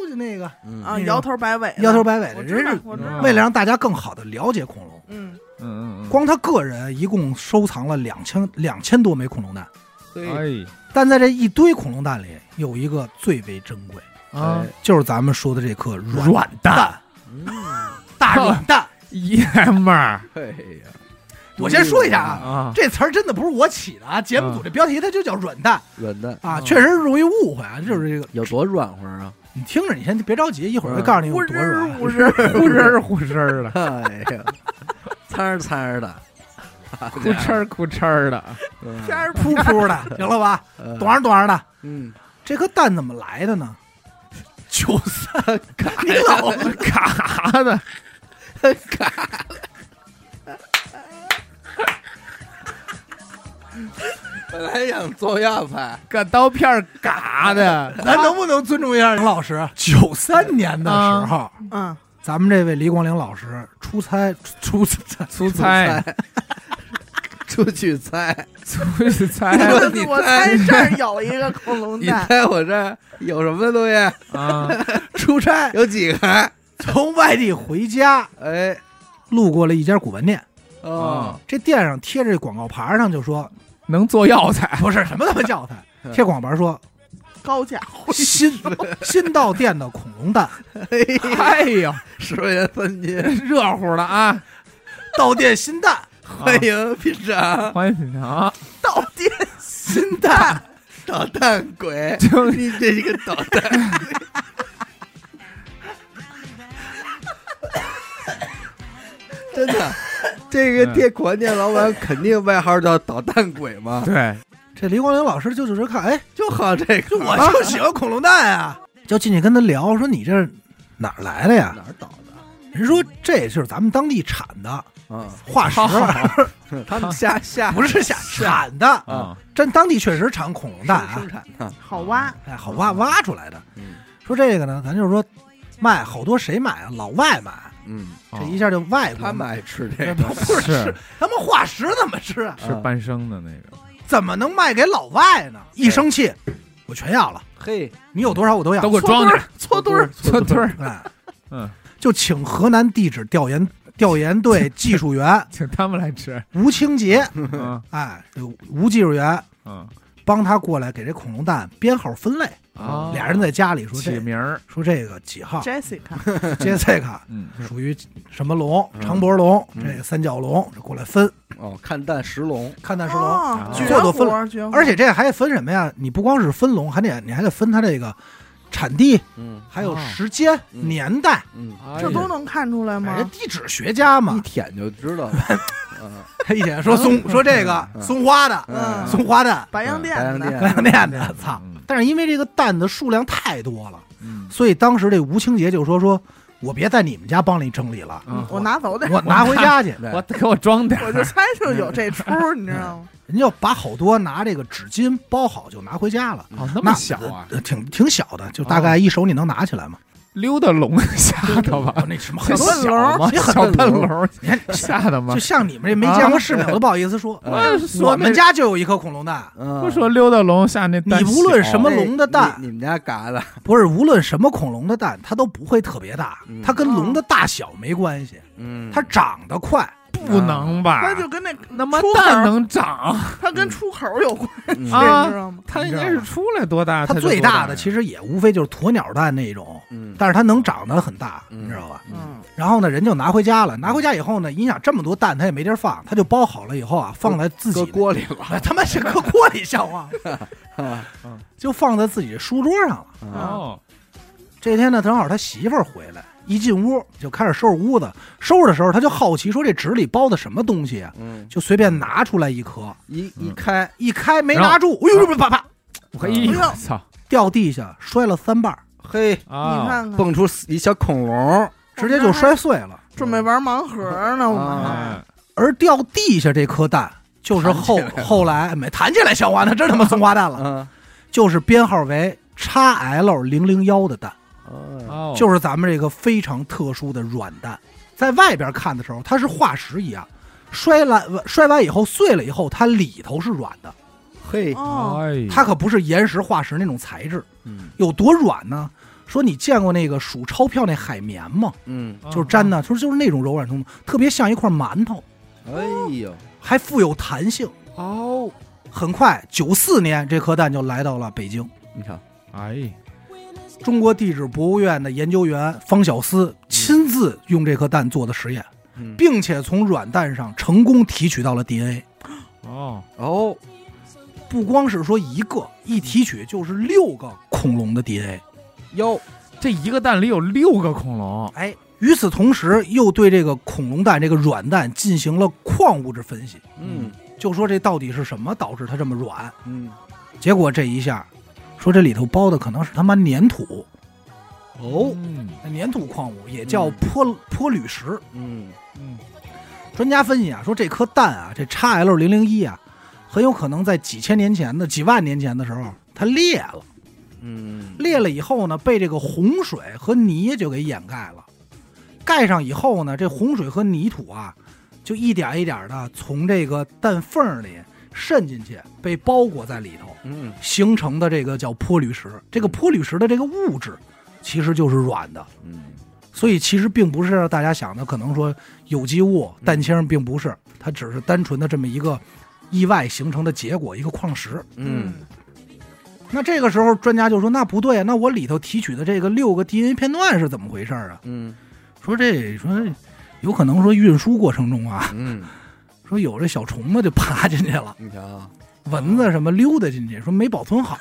就那个
啊
啊，摇头摆尾的，
摇头摆尾的，嗯
我知
人
道
是，
我知道，
为了让大家更好的了解恐龙，
嗯，
嗯嗯嗯嗯，
光他个人一共收藏了两千两千多枚恐龙蛋，
对
哎
但在这一堆恐龙蛋里，有一个最为珍贵，
啊，
就是咱们说的这颗软蛋，嗯大软蛋。
爷们儿
对哎呀，
我先说一下啊，
啊，
这词儿真的不是我起的啊，节目组这标题它就叫软蛋
软蛋
啊，
嗯
确实容易误会啊，就是这个。
有多软和啊？
你听着，你先别着急，一会儿就告诉你有
呼
哎多软
哧。呼哧，
呼哧儿呼哧儿的，
哎呀，参儿参儿的，
哭哧儿哭哧儿的，
片儿
噗噗的，行了吧？
嗯
短儿短儿的，
嗯，
这颗蛋怎么来的呢？九三，
你老嘎 的，
本来想做样牌，
搁刀片儿嘎的，
咱能不能尊重一下梁老师？九三年的时候，
嗯，
咱们这位李广陵老师出差 出差，
粗猜
出去 猜，
粗
哎
猜
说
哎我
你
我
猜
猜这儿有一个恐龙
你
蛋，
猜我这儿有什么东西？
啊，
出差
有几个？
从外地回家，
哎，
路过了一家古玩店，
哦，
这店上贴着广告牌上就说
啊 能做药材，
不 是什么他妈教材，贴广告牌 说
高价货，
新新到店的恐龙蛋，
嘿，
哎呦， 哦
十块钱三斤，
热乎了啊，
到店新蛋，
欢迎品尝
欢迎品尝。
到店
新蛋捣蛋鬼，
就是
你这一个捣蛋。 真的，这个店管店老板肯定外号叫捣蛋鬼嘛，
对，
这李光璘老师就就是看，哎，
就好这个。啊
就我就喜欢恐龙蛋啊， 就进去跟他聊，说你这是哪儿来的呀？
哪儿捣
人说这就是咱们当地产的
的啊？
化石，
他们瞎瞎
不哦 是下嗯产的，
啊，
真当地确实产恐龙蛋啊
生，产的，
好挖，
哎，好挖挖出来的。
嗯
说这个呢，咱就是说卖好多谁买啊？老外买，
嗯，
哦
这一下就外国
他们爱吃这
哦
个，
买，不是
是
他们化石怎么吃啊？
是半生的那个，
怎么能卖给老外呢？一生气，我全要了，
嘿，
你有多少我都要
都。给我装着，
搓
堆
儿，
搓堆儿，
哎，
嗯，
就请河南地质调研调研队技术 员
请他们来吃，
吴清杰，
嗯
哎，这个吴技术员
嗯，
帮他过来给这恐龙蛋编号分类。
啊
哦俩人在家里说
哦起
这
名儿，
说这个几号
Jessica，
杰塞卡
嗯，
属于什么龙？
嗯
长脖龙，
嗯
这个三角龙，这过来分
哦，看蛋石龙，
看
那
蛋是龙。
绝
活
活儿，哦绝活儿
而且这还分什么呀？你不光是分龙，还得你还得分它这个产地，
嗯
还有
哦
时间、
嗯
年代。
嗯，
这都能看出来
人家
吗？
地质学家
一
嘛，
舔就知道了。嗯，
一点说松说这个
嗯
松花的
嗯
松花蛋
白洋淀
白洋
的，
淀
白洋淀的，操！
嗯
但是因为这个蛋的数量太多了，
嗯
所以当时这吴清杰就说说，我别在你们家帮你整理了，
嗯，
我拿走点儿，
我拿回家去。
对
我给我装点儿，
我就猜就有 这出儿，你知道吗？
人家把好多拿这个纸巾包好就拿回家了，
哦，那
那
么小啊，
呃挺挺小的，就大概一手你能拿起来嘛。
溜达龙吓的吧？
那什么
很
很多，
小笨龙
小吗？
你很
小
笨
笨
龙
龙
你看
吓的吗
就？像你们这没见过世面，我都不好意思说。
我嗯说
我们
那
家就有一颗恐龙蛋，
嗯，
不说溜达龙吓那
你
蛋小，
无论什么
那
龙的蛋
哎你你们家嘎的，
不是无论什么恐龙的蛋，它都不会特别大
嗯，
它跟龙的大小没关系，
嗯
它长得快。
不能
啊
吧？
那就跟那
嗯那么
出口
蛋
儿，
能长？
它跟出口儿有关系，你
嗯
知
啊
道吗？
它应该是出来多大？
它
就
最
多
大
大
的其实也无非就是鸵鸟蛋那一种，
嗯
但是它能长得很大，
嗯
你知道吧？
嗯
嗯，
然后呢，人就拿回家了。拿回家以后呢，你想这么多蛋，它也没地儿放，它就包好了以后啊，放在自己
搁
的
锅里了
哎 他妈是搁锅里像话吗，
啊
就放在自己的书桌上了。
嗯
啊
哦，
这天呢，正好他媳妇儿回来，一进屋就开始收拾屋子。收拾的时候，他就好奇说：“这纸里包的什么东西啊？”
嗯，
就随便拿出来一颗，
一一
嗯
开
一开没拿住，哎呦，啪啪
哎呦我操
掉地下，摔了三瓣儿，
嘿
你
啊！
看看，
蹦出一小恐龙，
直接就摔碎了。
准备玩盲盒呢，我们还
哎
而掉地下这颗蛋，就是后
弹起来了
后来没弹起来，小花那真他妈松花蛋了，
嗯，
就是编号为 XL 零零幺的蛋，
哦
哦，
就是咱们这个非常特殊的软蛋，在外边看的时候它是化石一样。摔烂摔完以后碎了以后，它里头是软的，
嘿，
哦，
哎，
它可不是岩石化石那种材质，
嗯
有多软呢？说你见过那个数钞票那海绵吗？
嗯，
就是粘的，说就是那种柔软程度，特别像一块馒头，
哎呦，
还富有弹性。
哦，
很快，九四年这颗蛋就来到了北京。
你瞧，
哎，
中国地质博物院的研究员方小思亲自用这颗蛋做的实验，
嗯
并且从软蛋上成功提取到了 DNA。
哦，
哦，
不光是说一个，一提取就是六个恐龙的 DNA。
哟，
这一个蛋里有六个恐龙，
哎，与此同时，又对这个恐龙蛋这个软蛋进行了矿物质分析，
嗯
就说这到底是什么导致它这么软？
嗯，
结果这一下，说这里头包的可能是他妈粘土，
哦，
嗯
粘土矿物也叫
嗯
坡、坡铝石。
嗯，
嗯，
专家分析啊，说这颗蛋啊，这 XL 零零一啊，很有可能在几千年前的几万年前的时候，它裂了，
嗯，
裂了以后呢，被这个洪水和泥就给掩盖了，盖上以后呢，这洪水和泥土啊，就一点一点的从这个蛋缝里渗进去，被包裹在里头。
嗯，
形成的这个叫坡铝石。这个坡铝石的这个物质其实就是软的，
嗯，
所以其实并不是大家想的可能说有机物
嗯
氮氢，并不是，它只是单纯的这么一个意外形成的结果，一个矿石。
嗯，，
那这个时候专家就说：“那不对啊，那我里头提取的这个六个 DNA 片段是怎么回事啊
嗯，？”
说这说有可能说运输过程中啊，
嗯，
说有这小虫子就爬进去了，
你 瞧，
哦
蚊子什么溜达进去，说没保存好，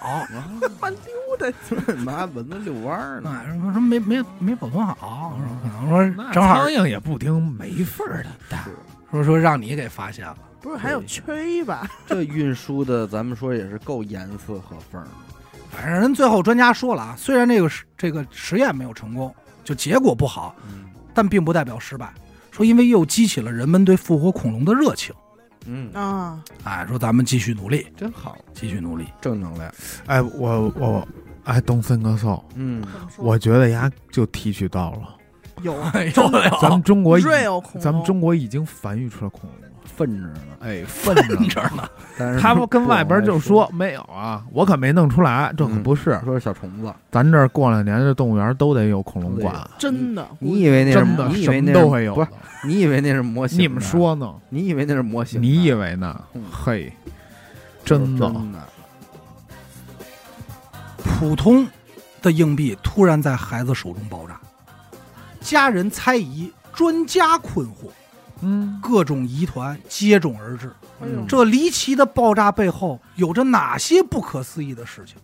妈蚊子遛弯儿呢，
啊，什么什么没没没保存好，说可能
那
说正好
苍蝇也不叮没缝儿的蛋，
说说让你给发现了，
不是还有吹吧？
这运输的咱们说也是够严丝合缝的。
反正人最后专家说了啊，虽然这个实这个实验没有成功，就结果不好，
嗯
但并不代表失败。说因为又激起了人们对复活恐龙的热情，
嗯，
啊，
哎，说咱们继续努力，
真好，
继续努力。
正能量。
哎，我我哎，东森哥送，
嗯，
怎么说
我觉得呀就提取到了，
有
哎呦哎
哦
呦，
咱们中国已
real 恐龙，
咱们中国已经繁育出了恐龙了，
分着呢，
哎，分着呢。
这儿呢，
但 是
他们跟外边就说没有啊，我可没弄出来，这可
嗯
不是，
说是小虫子，
咱这儿过两年这动物园都得有恐龙馆，
真的，
你以为那是
真的
你以
什
为那
么
是
都会有
不
的
是，你以为那是模型？
你们，说呢？
你以为那是模型？
你以为呢
嗯？
嘿，
真
真的，
普通的硬币突然在孩子手中爆炸，家人猜疑，专家困惑，
嗯，
各种疑团接踵而至。
哎呦
嗯
这离奇的爆炸背后有着哪些不可思议的事情？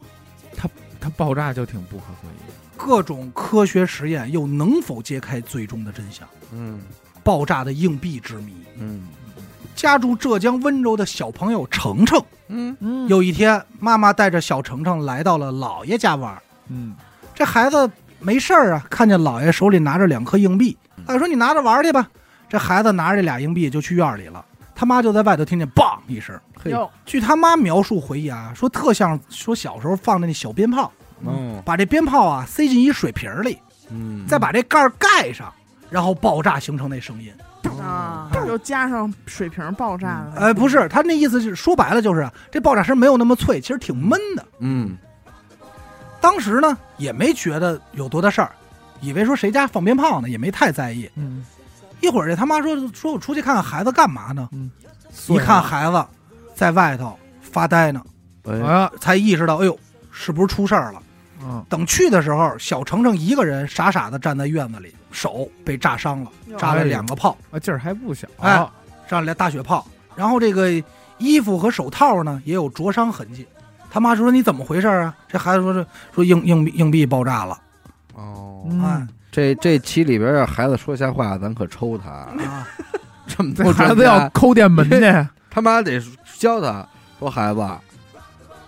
它爆炸就挺不可思议的。
各种科学实验又能否揭开最终的真相？
嗯
爆炸的硬币之谜。
嗯
家住浙江温州的小朋友程程，
嗯
嗯，
有一天，妈妈带着小程程来到了姥爷家玩儿。
嗯，
这孩子没事儿啊，看见姥爷手里拿着两颗硬币，他说：“你拿着玩儿去吧。”这孩子拿着这俩硬币就去院儿里了。他妈就在外头听见“梆”一声。
嘿
有
据他妈描述回忆啊，说特像说小时候放的那小鞭炮，
嗯
哦
把这鞭炮啊塞进一水瓶儿里，
嗯，
再把这盖儿盖上，然后爆炸形成那声音。
啊，又加上水瓶爆炸了，
哎，不是，他那意思是说白了就是这爆炸声没有那么脆，其实挺闷的。
嗯
当时呢也没觉得有多大事儿，以为说谁家放鞭炮呢，也没太在意。
嗯，
一会儿这他妈说说我出去看看孩子干嘛呢？一
碎了
看，孩子在外头发呆呢，
哎
哎呀，
才意识到，哎呦，是不是出事儿了？
嗯，
等去的时候，小程程一个人傻傻的站在院子里，手被炸伤了，
哟
炸了两个泡，
啊，劲儿还不小，
哎炸了俩大血泡。然后这个衣服和手套呢也有灼伤痕迹。他妈说：“你怎么回事啊？”这孩子说：“是说硬硬币硬币爆炸了。
哦，
嗯
哎，
这这期里边要啊孩子说瞎话，咱可 抽他”。
啊，
这么
这
多
孩
专
子要
家，
抠电门 去，
他妈得教他说孩子，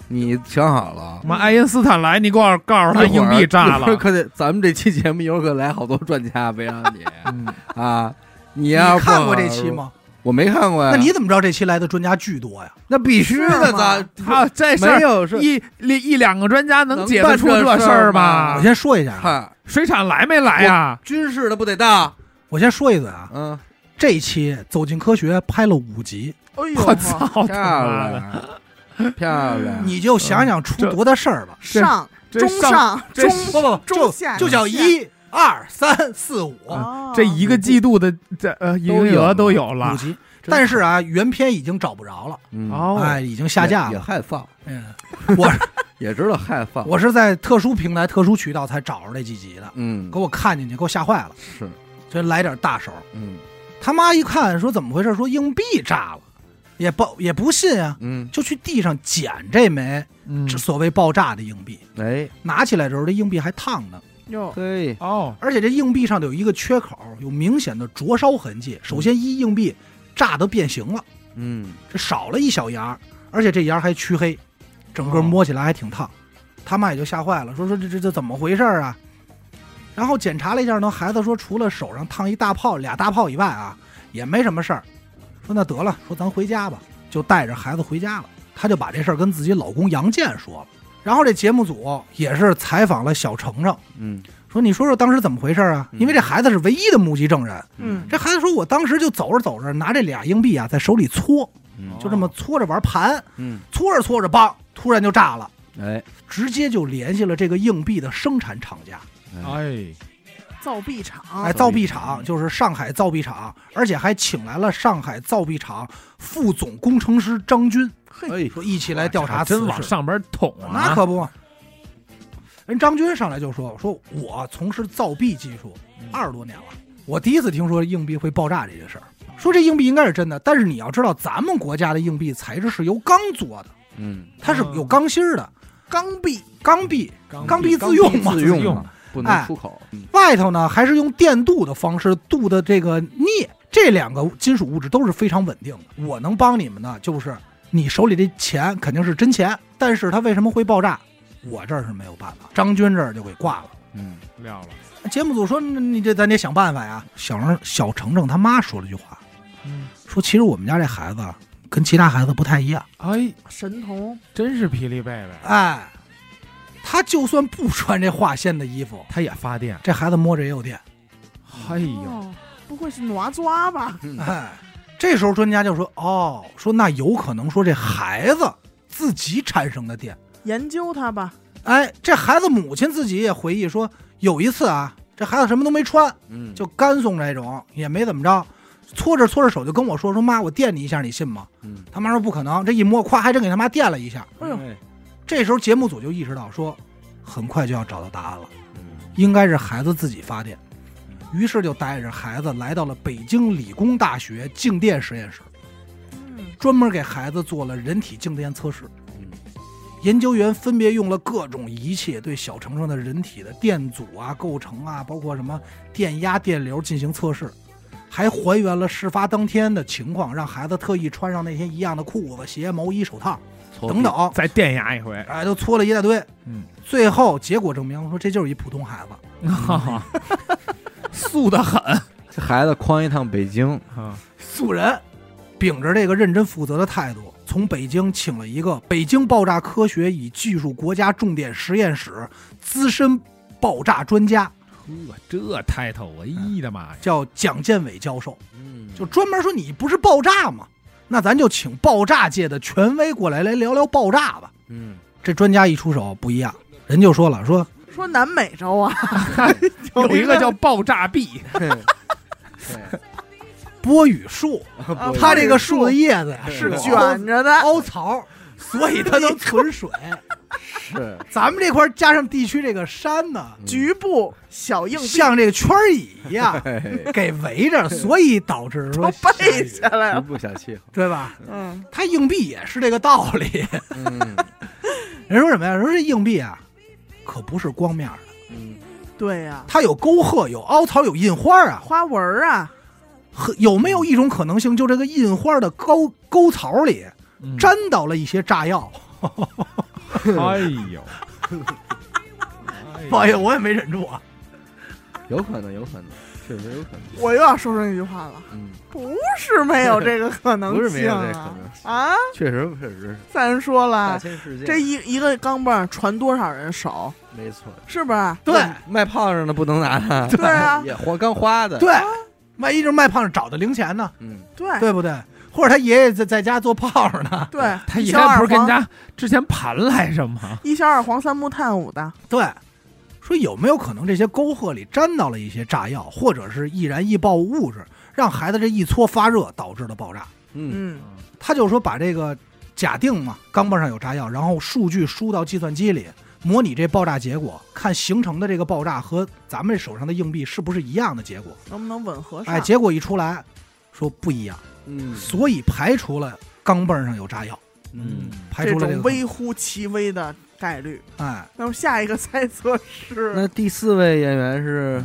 你想好了。
妈，爱因斯坦来，你给我告诉他
一会
硬
儿
币炸了
一会儿，可得，咱们这期节目一会儿可来好多专家围绕你
嗯，
啊！你
你
要不呃
看过这期？吗？
我没看过呀。
那你怎么知道这期来的专家巨多呀？
那必须的，
是吗
咱
他这事
没
儿
有是
一一一两个专家能
能
解得
办
出
这
这
事
事儿
儿啊
我
吗？
先说一下啊，
看
水产来没来呀？
军事的不得当，
我先说一嘴啊，
嗯，
这一期《走进科学》拍了五集，
哎呦，
我操，他
漂
妈的！
亮，漂 亮，
你就想想出多大事儿吧。
上
这
中上
这
中
不不不，
中
就
下
就叫一二三四五
哦
这一个季度的这呃营业额都有了
五，集，但是啊，原片已经找不着了，
嗯
哦，
哎，已经下架
也也
了。
害臊，
嗯，我是
也知道害臊，
我是在特殊平台、特殊渠道才找着这几集的，
嗯
给我看进去，给我吓坏了，
是
这来点大手。
嗯
他妈一看说怎么回事，说硬币炸了，也不也不信啊，
嗯，
就去地上捡这枚
嗯
这所谓爆炸的硬币，
哎
拿起来的时候这硬币还烫呢，
哟，
嘿，
哦，
而且这硬币上头有一个缺口，有明显的灼烧痕迹。首先一硬币炸得变形了，
嗯
这少了一小牙儿，而且这牙儿还黢黑，整个摸起来还挺烫。他妈也就吓坏了，说说这这这怎么回事儿啊？然后检查了一下呢，孩子说除了手上烫一大泡、俩大泡以外啊，也没什么事儿。说那得了，说咱回家吧，就带着孩子回家了。她就把这事儿跟自己老公杨健说了。然后这节目组也是采访了小程程，
嗯
说你说说当时怎么回事儿啊？
嗯
因为这孩子是唯一的目击证人。
嗯
这孩子说，我当时就走着走着，拿这俩硬币啊在手里搓，
嗯
就这么搓着玩盘，
嗯
搓着搓着，梆，突然就炸了，
哎
直接就联系了这个硬币的生产厂家，
哎
哎，
造币厂，
哎，
造
造
币
币
厂
厂就是上海造币厂，而且还请来了上海造币厂副总工程师张军，
哎
说一起来调查
真
此
往
事。
上边捅
那
啊！
可不，人张军上来就说：“说我从事造币技术二十多年了，我第一次听说硬币会爆炸这件事儿，说这硬币应该是真的，但是你要知道，咱们国家的硬币材质是由钢做的，
嗯，
它是
嗯
有钢芯儿的，
钢币
钢币
钢
钢
笔
笔自用嘛
自
自
用
用
嘛，不
哎
能出口。嗯
外头呢还是用电镀的方式镀的这个镍，这两个金属物质都是非常稳定的。我能帮你们的就是你手里的钱肯定是真钱，但是它为什么会爆炸，我这儿是没有办法。张军这儿就给挂了。
嗯，
撂了，
节目组说你你这咱得想办法呀。小程小程程他妈说了句话，
嗯，
说其实我们家这孩子跟其他孩子不太一样，
哎，
神童，
真是霹雳贝贝，啊
哎，他就算不穿这化纤的衣服，
他也发电，
这孩子摸着也有电。
哎呦，
哦，不会是哪抓
嗯
吧？
哎，这时候专家就说：“哦，说那有可能说这孩子自己产生的电。
研究它吧，”
哎，这孩子母亲自己也回忆说，有一次啊，这孩子什么都没穿，
嗯，
就干松这种，也没怎么着，搓着搓着手就跟我说：“说妈，我电你一下，你信吗
嗯，？”
他妈说不可能，这一摸，夸还真给他妈电了一下。
哎呦
哎，
这时候节目组就意识到说，很快就要找到答案了，
嗯
应该是孩子自己发电。于是就带着孩子来到了北京理工大学静电实验室。
嗯，
专门给孩子做了人体静电测试。
嗯
研究员分别用了各种仪器对小程程的人体的电阻啊、构成啊，包括什么电压、电流进行测试，还还原了事发当天的情况，让孩子特意穿上那天一样的裤子、鞋、毛衣、手套
搓
等
皮，
等，
再电压一回，
哎，都搓了一大堆。
嗯，
最后结果证明说这就是一普通孩子，
素的很，
这孩子诓一趟北京，
啊
素人。秉着这个认真负责的态度，从北京请了一个北京爆炸科学与技术国家重点实验室资深爆炸专家，
呵，这 title，我一的妈呀，
叫蒋建伟教授，
嗯，
就专门说你不是爆炸吗？那咱就请爆炸界的权威过来来聊聊爆炸吧。
嗯，
这专家一出手不一样，人就说了，说
说南美洲啊，
有一个叫爆炸臂，
波语树，
啊
它这个树的叶子呀
对
是个
卷着的，哦
凹槽，所以它能存水。
是
咱们这块儿加上地区这个山呢，
局部小硬币
像这个圈儿椅一 样给围着，所以导致说
都背下来
局
了，
部小气候，
对吧？
嗯，
它硬币也是这个道理。
嗯
人说什么呀？人说这硬币啊，可不是光面儿的，
嗯
对呀，
它有沟壑，有凹槽，有印花啊。
花纹儿啊，
和有没有一种可能性，就这个印花的沟沟槽里
嗯
嗯
沾到了一些炸药？
哎 呦，哎
嗯
不好意思，我也没忍住啊。
有可能，有可能，确实有可能，
我又要说上一句话了，
嗯，
不是没有这个可能性、啊，
不是没有这可能性
啊！
确实确实是
咱说
大
了，
千世界，
这一一个钢镚儿传多少人手，
没错，
是不是？
对
卖炮仗的不能拿它，
对啊
也花刚花的，，
对，万一这卖胖子找的零钱呢？
嗯，
对
对不对？或者他爷爷在在家做炮呢？
对，
他
一
应
小
该
二
不是跟人
黄
家之前盘来着吗？
一小二黄三木炭五的，
对，说有没有可能这些沟壑里沾到了一些炸药，或者是易燃易爆物质，让孩子这一搓发热导致的爆炸？
嗯
嗯，
他就说把这个假定嘛，钢镚上有炸药，然后数据输到计算机里，模拟这爆炸结果，看形成的这个爆炸和咱们手上的硬币是不是一样的结果？
能不啊能吻合上？
哎，结果一出来，说不一样，
嗯
所以排除了钢镚上有炸药，
嗯，
排
这
除了这
种
个
微乎其微的概率。
哎。
那么下一个猜测是
那第四位演员是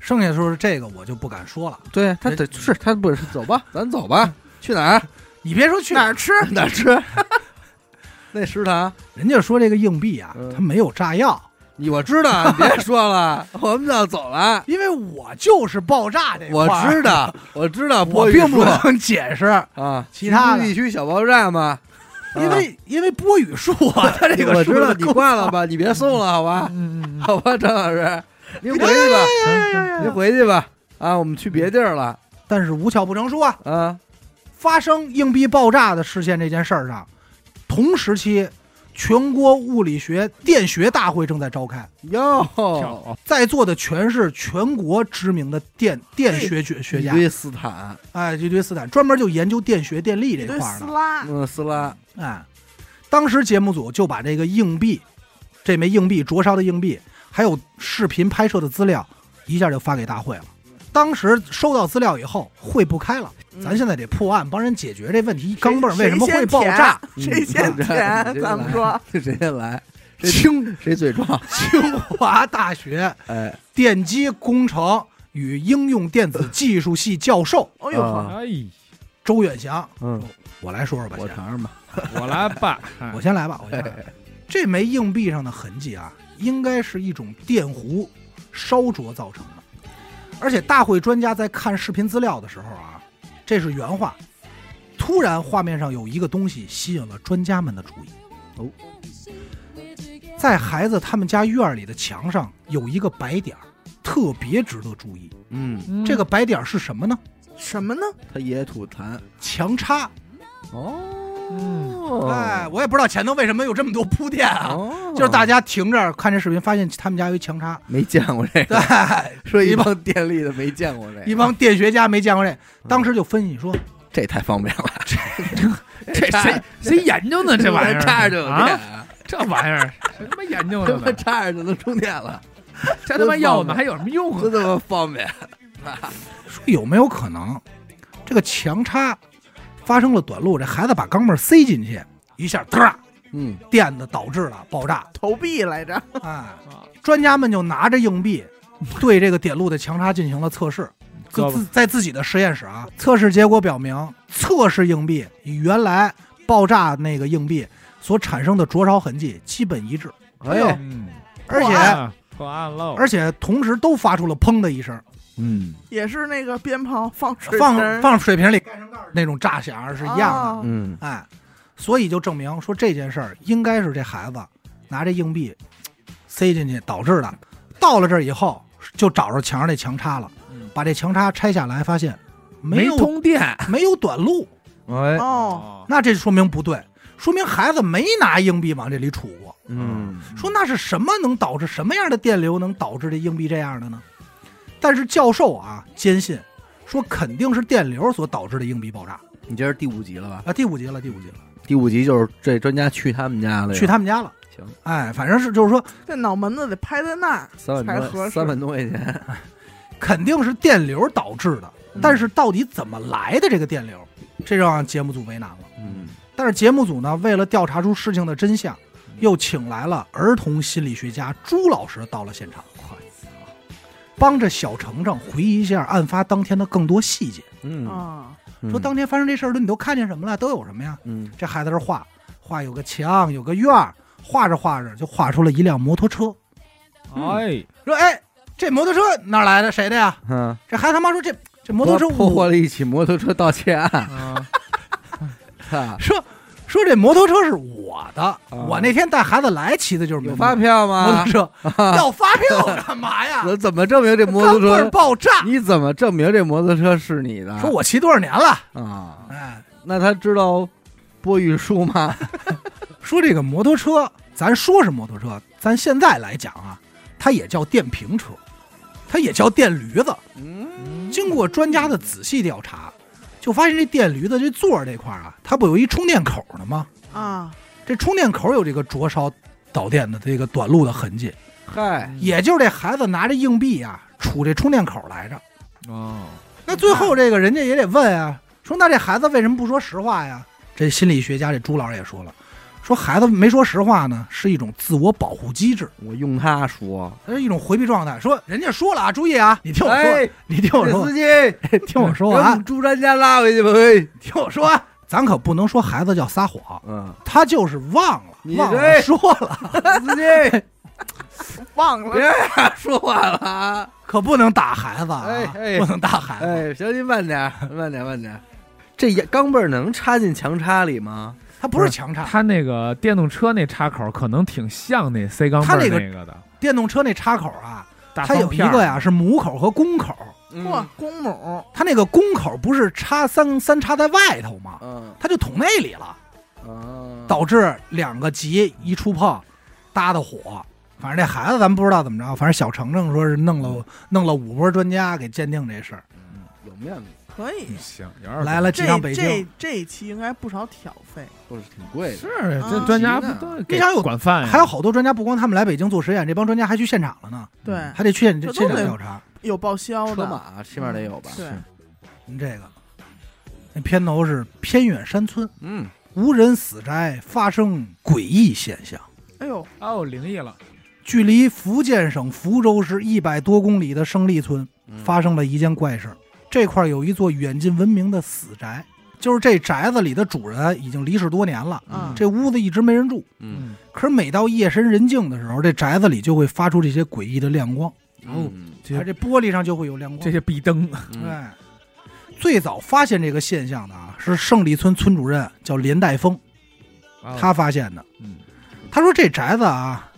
剩下的时候这个我就不敢说了，
嗯对啊他
人
得是他不是走吧，咱走吧，去哪儿
你别说去
哪儿，吃？
哪儿吃？那食堂，
人家说这个硬币啊，
嗯
它没有炸药，
你我知 道，你别说了，我们要走了。
因为我就是爆炸这块
我
儿，
知 道，我知道，
我
波宇
并不
说
能解释，
啊，
其他
局
的
部地区小爆炸嘛，啊
因为因为波语数啊，它这个
我
数
知道
的
你
构
挂了吧，你别送了，好吧，
嗯，
好吧，张老 师，您回去吧，
哎呀呀
您
呀！
回去吧，啊，我们去别地儿了
但是无巧不成书啊，
啊，
发生硬币爆炸的事件这件事儿上，同时期全国物理学电学大会正在召开，
哦哎
哟，
跳
在座的全是全国知名的电电学学学
一
家，
堆斯坦，
哎，这堆斯坦专门就研究电学电力
一
这
堆
块儿
撕
的，
拉，
嗯，斯拉，
哎，当时节目组就把这个硬币，这枚硬币灼烧的硬币，还有视频拍摄的资料，一下就发给大会了。当时收到资料以后会不开了，
嗯
咱现在得破案，帮人解决这问题。一
谁
钢镚儿为什么
谁
会
先
爆
填
炸？嗯
谁
嗯
先填？咱们说，
谁先来？谁
清
谁最壮？
清华大学
哎，
电机工程与应用电子技术系教授
哎呦呵，
啊
哎，
周远祥，
嗯，
我来说说吧，
我
先
尝尝吧。
我来吧，
嗯
哎
我先 来吧，我先来吧。这枚硬币上的痕迹啊，应该是一种电弧烧灼造成的。而且大会专家在看视频资料的时候啊，这是原话。突然，画面上有一个东西吸引了专家们的注意。
哦，
在孩子他们家院儿里的墙上有一个白点儿，特别值得注意。
嗯，
嗯
这个白点儿是什么呢？
什么呢？
他爷吐痰。
强插。
哦
哎，，我也不知道前头为什么有这么多铺垫啊，
哦
就是大家停这儿看这视频，发现他们家有一强插。
没见过这
对
个，，说一帮电力的没见过这个，
一帮电学家没见过这，当时就分析说，
这太方便了，
这谁谁研究呢？这玩 意儿
插着就有
啊，
电，
这玩意儿谁他妈研究
他
的
妈
呢？
插着就能充电了，
这他妈要我们还有什么用啊
多？他妈方便！
说有没有可能，这个强插发生了短路，这孩子把钢镚儿塞进去，一下嘚儿
嗯，
电的导致了爆炸。
投币来着，
哎，专家们就拿着硬币对这个点路的强插进行了测试，就
胳膊
自在自己的实验室啊，测试结果表明，测试硬币与原来爆炸那个硬币所产生的灼烧痕迹基本一致，
哎呦，
嗯，
而
破
且
案破案喽，
而且同时都发出了砰的一声。
嗯
也是那个鞭炮放水瓶
放
儿
放水瓶里盖上盖儿那种炸响是一样的，
哦
嗯，
哎，所以就证明说这件事儿应该是这孩子拿这硬币嘖塞进去导致的。到了这儿以后，就找着墙上那墙插了，
嗯
把这墙插拆下来，发现没有
通电
没有短路，嗯
哎，
哦，
那这说明不对，说明孩子没拿硬币往这里杵过。
嗯，
说那是什么能导致什么样的电流能导致这硬币这样的呢？但是教授啊坚信，说肯定是电流所导致的硬币爆炸
你这是第五集了吧？
啊！第五集了，第五集了，
第五集就是这专家去他们家了，
去他们家了。
哎行，
哎，反正是就是说，
这脑门子得拍在那儿，
三万
才合
多
适
三万多块钱，
肯定是电流导致的，但是到底怎么来的这个电流，这让节目组为难了。
嗯
但是节目组呢，为了调查出事情的真相，又请来了儿童心理学家朱老师到了现场，帮着小程程回忆一下案发当天的更多细节。
嗯，
啊，
哦说当天发生这事儿的你都看见什么了？都有什么呀？
嗯
这孩子这画画有个墙，有个院儿，画着画着就画出了一辆摩托车。
哎，
说哎，这摩托车哪儿来的？谁的呀？
嗯，
这孩子他妈说这这摩托车
破
我
获了一起摩托车盗窃案，
啊
哈
说说这摩托车是我的，我那天带孩子来骑的就是
啊有
摩
发票
摩
吗
托？车，要发票干 嘛呀？
我怎么证明这摩托
钢镚儿
车？
爆炸，
你怎么证明这摩托车是你的？
说我骑多少年了？
啊，
哎，
那他知道波玉书吗？
说这个摩托车，咱说是摩托车，咱现在来讲啊，它也叫电瓶车，它也叫电驴子。
嗯
经过专家的仔细调查，就发现这电驴子这座儿这块儿啊，它不有一充电口呢吗？
啊，
这充电口有这个灼烧导电的这个短路的痕迹，
嗨，
也就是这孩子拿着硬币啊，杵这充电口来着。
哦，
那最后这个人家也得问
嗯
啊，说那这孩子为什么不说实话呀？这心理学家这朱老师也说了，说孩子没说实话呢，是一种自我保护机制，
我用他说，
它是一种回避状态。说人家说了啊，注意啊，你听我说，你听我
哎这
说
司，机，
听我说啊
给我
完
们，朱专家拉回去吧，喂，
听我说完，咱可不能说孩子叫撒谎，
嗯，
他就是忘了
你，
忘了
这哎
说了，
司机，
忘
别
了，
这样说话了啊！
可不能打孩子啊，
哎哎
不能打孩子。
哎，小心慢点，慢点，慢点。这钢镚儿能插进墙插里吗？
他不是强插，
他那个电动车那插口可能挺像那塞钢镚
他
儿
那个
那个的，
电动车那插口啊，
大
它
方
有一
片儿
个呀是母口和公口，
嗯
哇，公母
它那个公口不是插三三插在外头吗？
嗯，
它就捅那里了，
嗯，
导致两个极一触碰，搭的火。反正这孩子咱们不知道怎么着，反正小程程说是弄了弄了五波专家给鉴定这事儿，
有面子，
可以
嗯。行，有点儿
来了几
这
趟北京嗯
这，这一期应该不少挑费，
都是挺贵
是
的。
啊
这专家不都给
你想有
管饭呀？
还有好多专家，不光他们来北京做实验，这帮专家还去现场了呢，
对，
还得去现
这都
现场
得
调查。
有报销
车
的，
马啊起码得有吧？
对，
您嗯这个，那片头是偏远山村
嗯，
无人死宅发生诡异现象，
哎呦，
哦，灵异了，
距离福建省福州市一百多公里的胜利村
嗯
发生了一件怪事儿。这块儿有一座远近闻名的死宅，就是这宅子里的主人已经离世多年了，
啊，
嗯这屋子一直没人住。
嗯，
可是每到夜深人静的时候，这宅子里就会发出这些诡异的亮光，
嗯，
哦
哎，这玻璃上就会有亮光。
这些壁灯，
嗯
哎，最早发现这个现象的啊，是胜利村村主任叫连代峰，
哦
他发现的。
嗯
他说这宅子啊，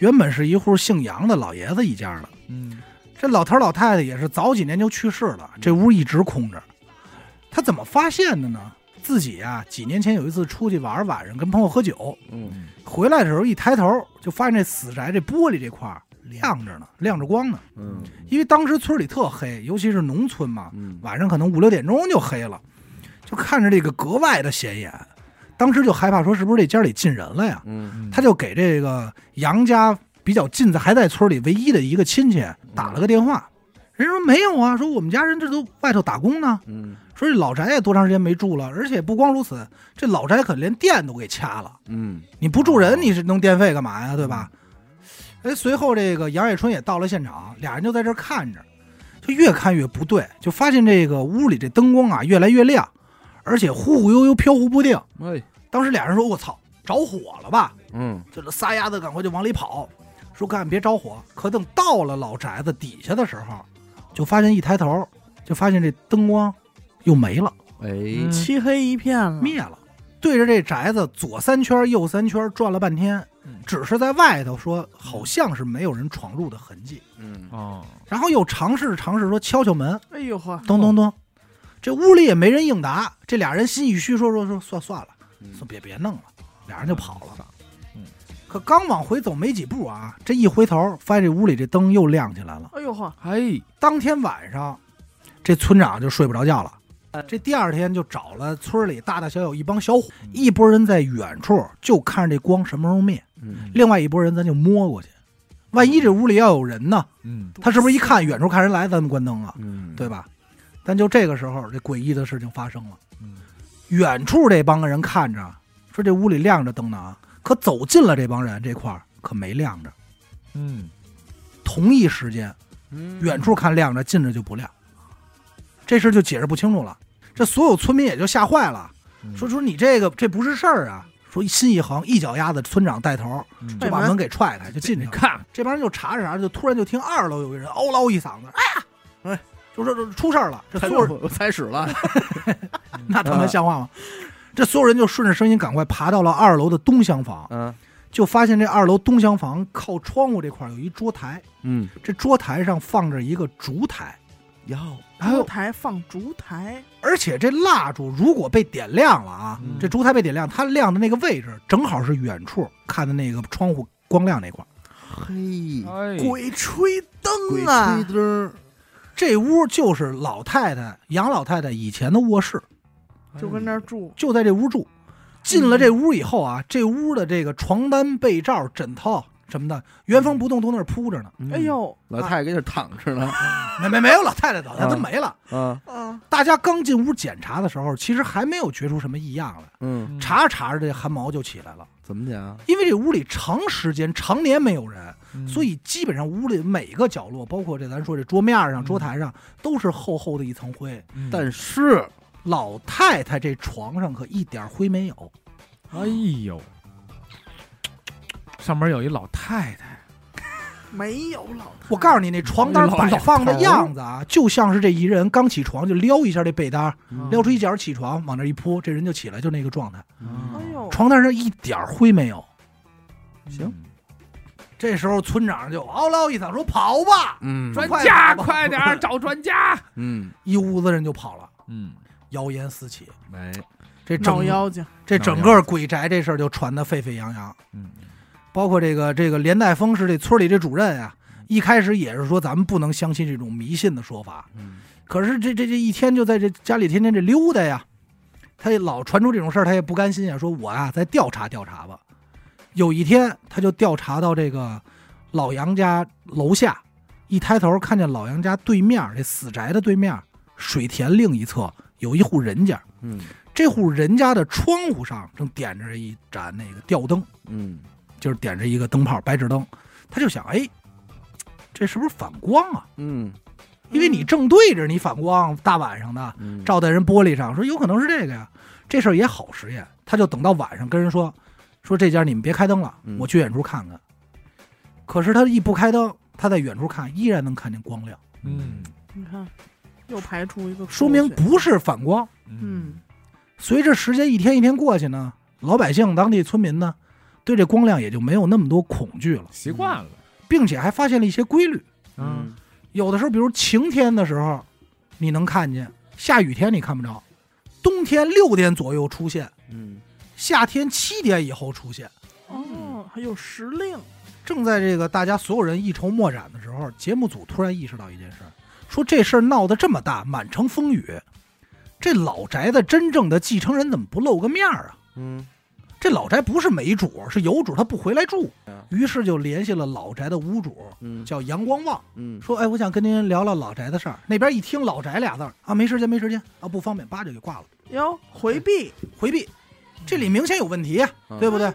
原本是一户姓杨的老爷子一家的，
嗯
这老头老太太也是早几年就去世了，这屋一直空着。他怎么发现的呢？自己啊，几年前有一次出去玩儿，晚上跟朋友喝酒，
嗯
回来的时候一抬头就发现这死宅这玻璃这块儿亮着呢，亮着光呢。
嗯
因为当时村里特黑，尤其是农村嘛，
嗯，
晚上可能五六点钟就黑了，就看着这个格外的显眼。当时就害怕说是不是这家里进人了呀？
嗯
他就给这个杨家比较近的还在村里唯一的一个亲戚打了个电话，人说没有啊，说我们家人这都外头打工呢，
嗯
说这老宅也多长时间没住了，而且不光如此，这老宅可连电都给掐了，
嗯
你不住人你是弄电费干嘛呀，对吧？哎，随后这个杨业春也到了现场，俩人就在这儿看着，就越看越不对，就发现这个屋里这灯光啊越来越亮，而且忽忽悠悠飘忽不定。
哎，
当时俩人说：“我操，着火了吧？”
嗯
这仨丫子赶快就往里跑，说干别着火。可等到了老宅子底下的时候，就发现一抬头，就发现这灯光又没了，
哎，
漆黑一片了，
灭了。对着这宅子左三圈右三圈转了半天
嗯，
只是在外头说好像是没有人闯入的痕迹。
嗯
哦，
然后又尝试尝试说敲敲门，
哎呦呵，
咚咚咚，这屋里也没人应答。这俩人心里虚说说说算算了，说别别弄了，俩人就跑了。嗯可刚往回走没几步啊，这一回头发现这屋里这灯又亮起来了。
哎呦呵，
嘿，
当天晚上，这村长就睡不着觉了。这第二天就找了村里大大小小一帮小伙，一拨人在远处就看着这光什么时候灭，
嗯
另外一拨人咱就摸过去。万一这屋里要有人呢？
嗯，
他是不是一看远处看人来，咱们关灯啊？
嗯，
对吧？但就这个时候，这诡异的事情发生了
嗯。
远处这帮人看着，说这屋里亮着灯呢啊，可走近了这帮人这块儿可没亮着。
嗯，
同一时间，
嗯
远处看亮着，近着就不亮。这事儿就解释不清楚了。这所有村民也就吓坏了，
嗯
说说你这个这不是事儿啊！说心一横，一脚丫子，村长带头
嗯
就把门给踹开，就进去
你
了。
看，
这帮人就查着查着，就突然就听二楼有一人嗷唠一嗓子：“哎呀，哎，就说这出事儿了！”这所有人
我开始了，
那他妈像话吗？这所有人就顺着声音赶快爬到了二楼的东厢房，
嗯
就发现这二楼东厢房靠窗户这块儿有一桌台，
嗯，
这桌台上放着一个烛台，
要
还有
烛台放烛台，
而且这蜡烛如果被点亮了啊，
嗯
这烛台被点亮，它亮的那个位置正好是远处看的那个窗户光亮那块儿。
嘿，
哎，
鬼吹
鬼
灯啊
吹，灯儿，
这屋就是老太太杨老太太以前的卧室，
就
嗯
跟那儿住，
就在这屋住。进了这屋以后啊，这屋的这个床单、被罩、枕头什么的，原封不动都那儿铺着呢。
哎，呦，
嗯老太太跟那儿躺着呢，
没没没有老太太早，她都没了。
啊
嗯，
大家刚进屋检查的时候，其实还没有觉出什么异样来，
嗯，
嗯
查着查着这汗毛就起来了。
怎么讲？啊
因为这屋里长时间、常年没有人，
嗯
所以基本上屋里每个角落，包括这咱说这桌面
嗯
上、桌台上，都是厚厚的一层灰。
嗯
但是，
老太太这床上可一点灰没有，
哎呦，上面有一老太太，
没有老太，
我告诉你，那床单摆放的样子啊，就像是这一人刚起床就撩一下这被单，
嗯
撩出一角起床，往那一扑，这人就起来，就那个状态。
哎呦，
床单上一点灰没有。
行，
嗯
这时候村长就嗷唠一嗓说：“跑吧
嗯
专
快
家，
点吧
快点 儿找专家。
嗯，！”
一屋子人就跑了，
嗯，
谣言四起。
没，
这
找
整
妖精，
这整个鬼宅这事儿就传得沸沸扬扬，
嗯，
包括这个这个连带峰是这村里这主任啊，一开始也是说咱们不能相信这种迷信的说法，
嗯
可是这这这一天就在这家里天天这溜达呀，他也老传出这种事儿，他也不甘心啊，说我啊再调查调查吧。有一天他就调查到这个老杨家楼下一抬头看见老杨家对面这死宅的对面水田另一侧有一户人家，
嗯
这户人家的窗户上正点着一盏那个吊灯，
嗯
就是点着一个灯泡白炽灯，他就想，哎，这是不是反光啊？
嗯
因为你正对着你反光，大晚上的
嗯，
照在人玻璃上，说有可能是这个呀。这事儿也好实验，他就等到晚上跟人说，说这家你们别开灯了
嗯，
我去远处看看。可是他一不开灯，他在远处看依然能看见光亮，
嗯
你看，又排除一个，
说明，不是反光。
嗯，
随着时间一天一天过去呢，老百姓、当地村民呢，对这光亮也就没有那么多恐惧了，
习惯了，
并且还发现了一些规律。
嗯
嗯
有的时候，比如晴天的时候，你能看见；下雨天你看不着。冬天六点左右出现，
嗯
夏天七点以后出现。
哦，还有时令，
正在这个大家所有人一筹莫展的时候，节目组突然意识到一件事儿，说这事儿闹得这么大，满城风雨，这老宅的真正的继承人怎么不露个面儿啊？
嗯
这老宅不是没主，是有主，他不回来住
嗯。
于是就联系了老宅的屋主，
嗯
叫杨光旺，
嗯
说：“哎，我想跟您聊聊老宅的事儿。”那边一听“老宅”俩字儿啊，没时间，没时间啊，不方便，叭就给挂了，
哟，回避，
回避。这里明显有问题呀、
嗯
对不对？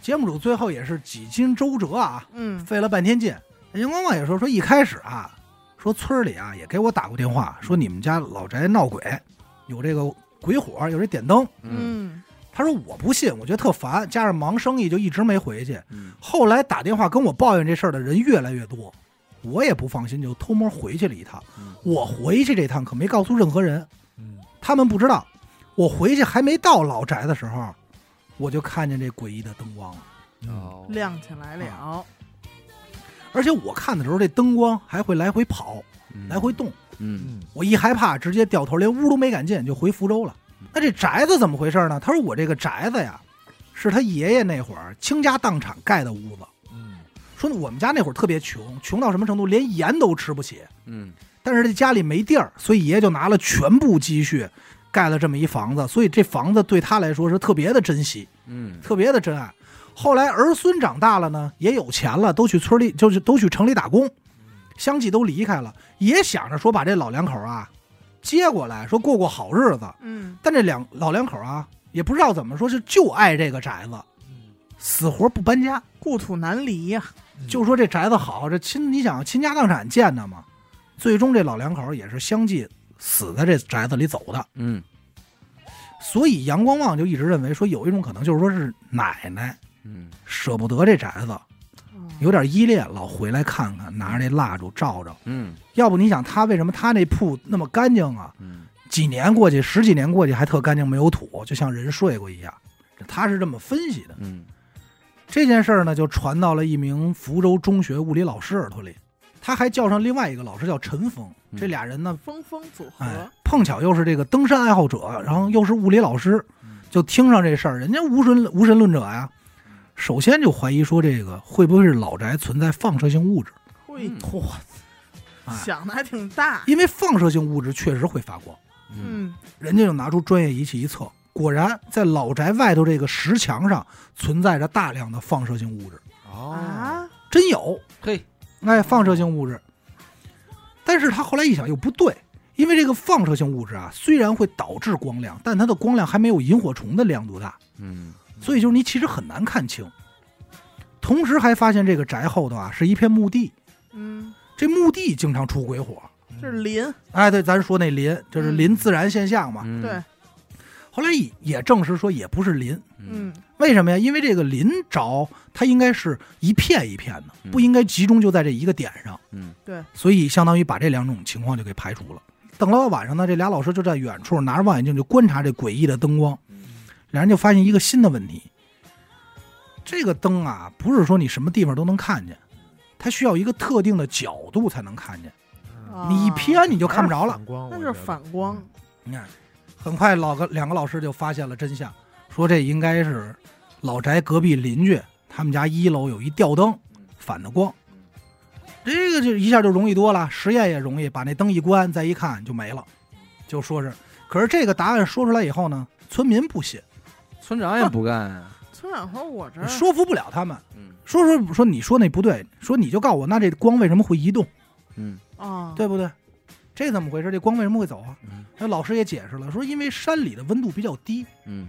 节目组最后也是几经周折啊，
嗯，
费了半天劲。杨光旺也说说一开始啊，说村儿里啊也给我打过电话，说你们家老宅闹鬼，有这个鬼火，有这点灯。
嗯
嗯，
他说我不信，我觉得特烦，加上忙生意就一直没回去。
嗯
后来打电话跟我抱怨这事儿的人越来越多，我也不放心，就偷摸回去了一趟
嗯。
我回去这趟可没告诉任何人，
嗯
他们不知道。我回去还没到老宅的时候，我就看见这诡异的灯光了。
嗯
嗯
哦
亮起来了，
而且我看的时候，这灯光还会来回跑，
嗯
来回动。
嗯
嗯
我一害怕，直接掉头，连屋都没敢进，就回福州了。那这宅子怎么回事呢？他说我这个宅子呀，是他爷爷那会儿倾家荡产盖的屋子。
嗯
说我们家那会儿特别穷，穷到什么程度，连盐都吃不起。
嗯
但是这家里没地儿，所以爷爷就拿了全部积蓄，盖了这么一房子。所以这房子对他来说是特别的珍惜，
嗯
特别的珍爱。后来儿孙长大了呢，也有钱了，都去村里，就是都去城里打工，相继都离开了，也想着说把这老两口啊接过来，说过过好日子。
嗯，
但这两老两口啊，也不知道怎么说，是就爱这个宅子，死活不搬家。
故土难离呀，
就说这宅子好，这亲你想倾家荡产建的嘛，最终这老两口也是相继死在这宅子里走的。
嗯
所以杨光旺就一直认为说有一种可能就是说是奶奶
嗯
舍不得这宅子，
哦
有点依恋，老回来看看，拿着这蜡烛照照。
嗯
要不你想他为什么他那铺那么干净啊？
嗯
几年过去，十几年过去还特干净，没有土，就像人睡过一样。他是这么分析的。
嗯
这件事儿呢，就传到了一名福州中学物理老师耳朵里，他还叫上另外一个老师叫陈峰，
嗯
这俩人呢，
风风组
哎
合，，
碰巧又是这个登山爱好者，然后又是物理老师，就听上这事儿，人家无神无神论者呀，首先就怀疑说这个会不会是老宅存在放射性物质，
会
嗯
嚯，哎
想的还挺大，
因为放射性物质确实会发光，
嗯
嗯，
人家就拿出专业仪器一测，果然在老宅外头这个石墙上存在着大量的放射性物质，
哦
啊，
真有，
嘿
哎，放射性物质。但是他后来一想又不对，因为这个放射性物质啊，虽然会导致光亮，但它的光亮还没有萤火虫的亮度大，
嗯
所以就是你其实很难看清。同时还发现这个宅后头啊是一片墓地，
嗯，
这墓地经常出鬼火。
这是林，
哎，对，咱说那林，就是林
嗯
自然现象嘛。
嗯
对，
后来也也证实说也不是林，
嗯
嗯，
为什么呀？因为这个林着它应该是一片一片的，
嗯
不应该集中就在这一个点上。
嗯
所以相当于把这两种情况就给排除了。等到晚上呢，这俩老师就在远处拿着望远镜就观察这诡异的灯光，
嗯
俩人就发现一个新的问题：这个灯啊，不是说你什么地方都能看见，它需要一个特定的角度才能看见，
嗯
哦
啊
你一偏哦你就看不着了。
反光，
那
我
就
觉
是
得
反光，
你看，很快老个两个老师就发现了真相，说这应该是老宅隔壁邻居他们家一楼有一吊灯反的光，这个就一下就容易多了，实验也容易，把那灯一关，再一看就没了，就说是。可是这个答案说出来以后呢，村民不信，
村长也不干啊，
村长说：“我这儿
说服不了他们。
嗯
说说说你说那不对，说你就告诉我，那这光为什么会移动，
嗯
啊，
对不对？这怎么回事？这光为什么会走啊
嗯？
那老师也解释了，说因为山里的温度比较低，
嗯，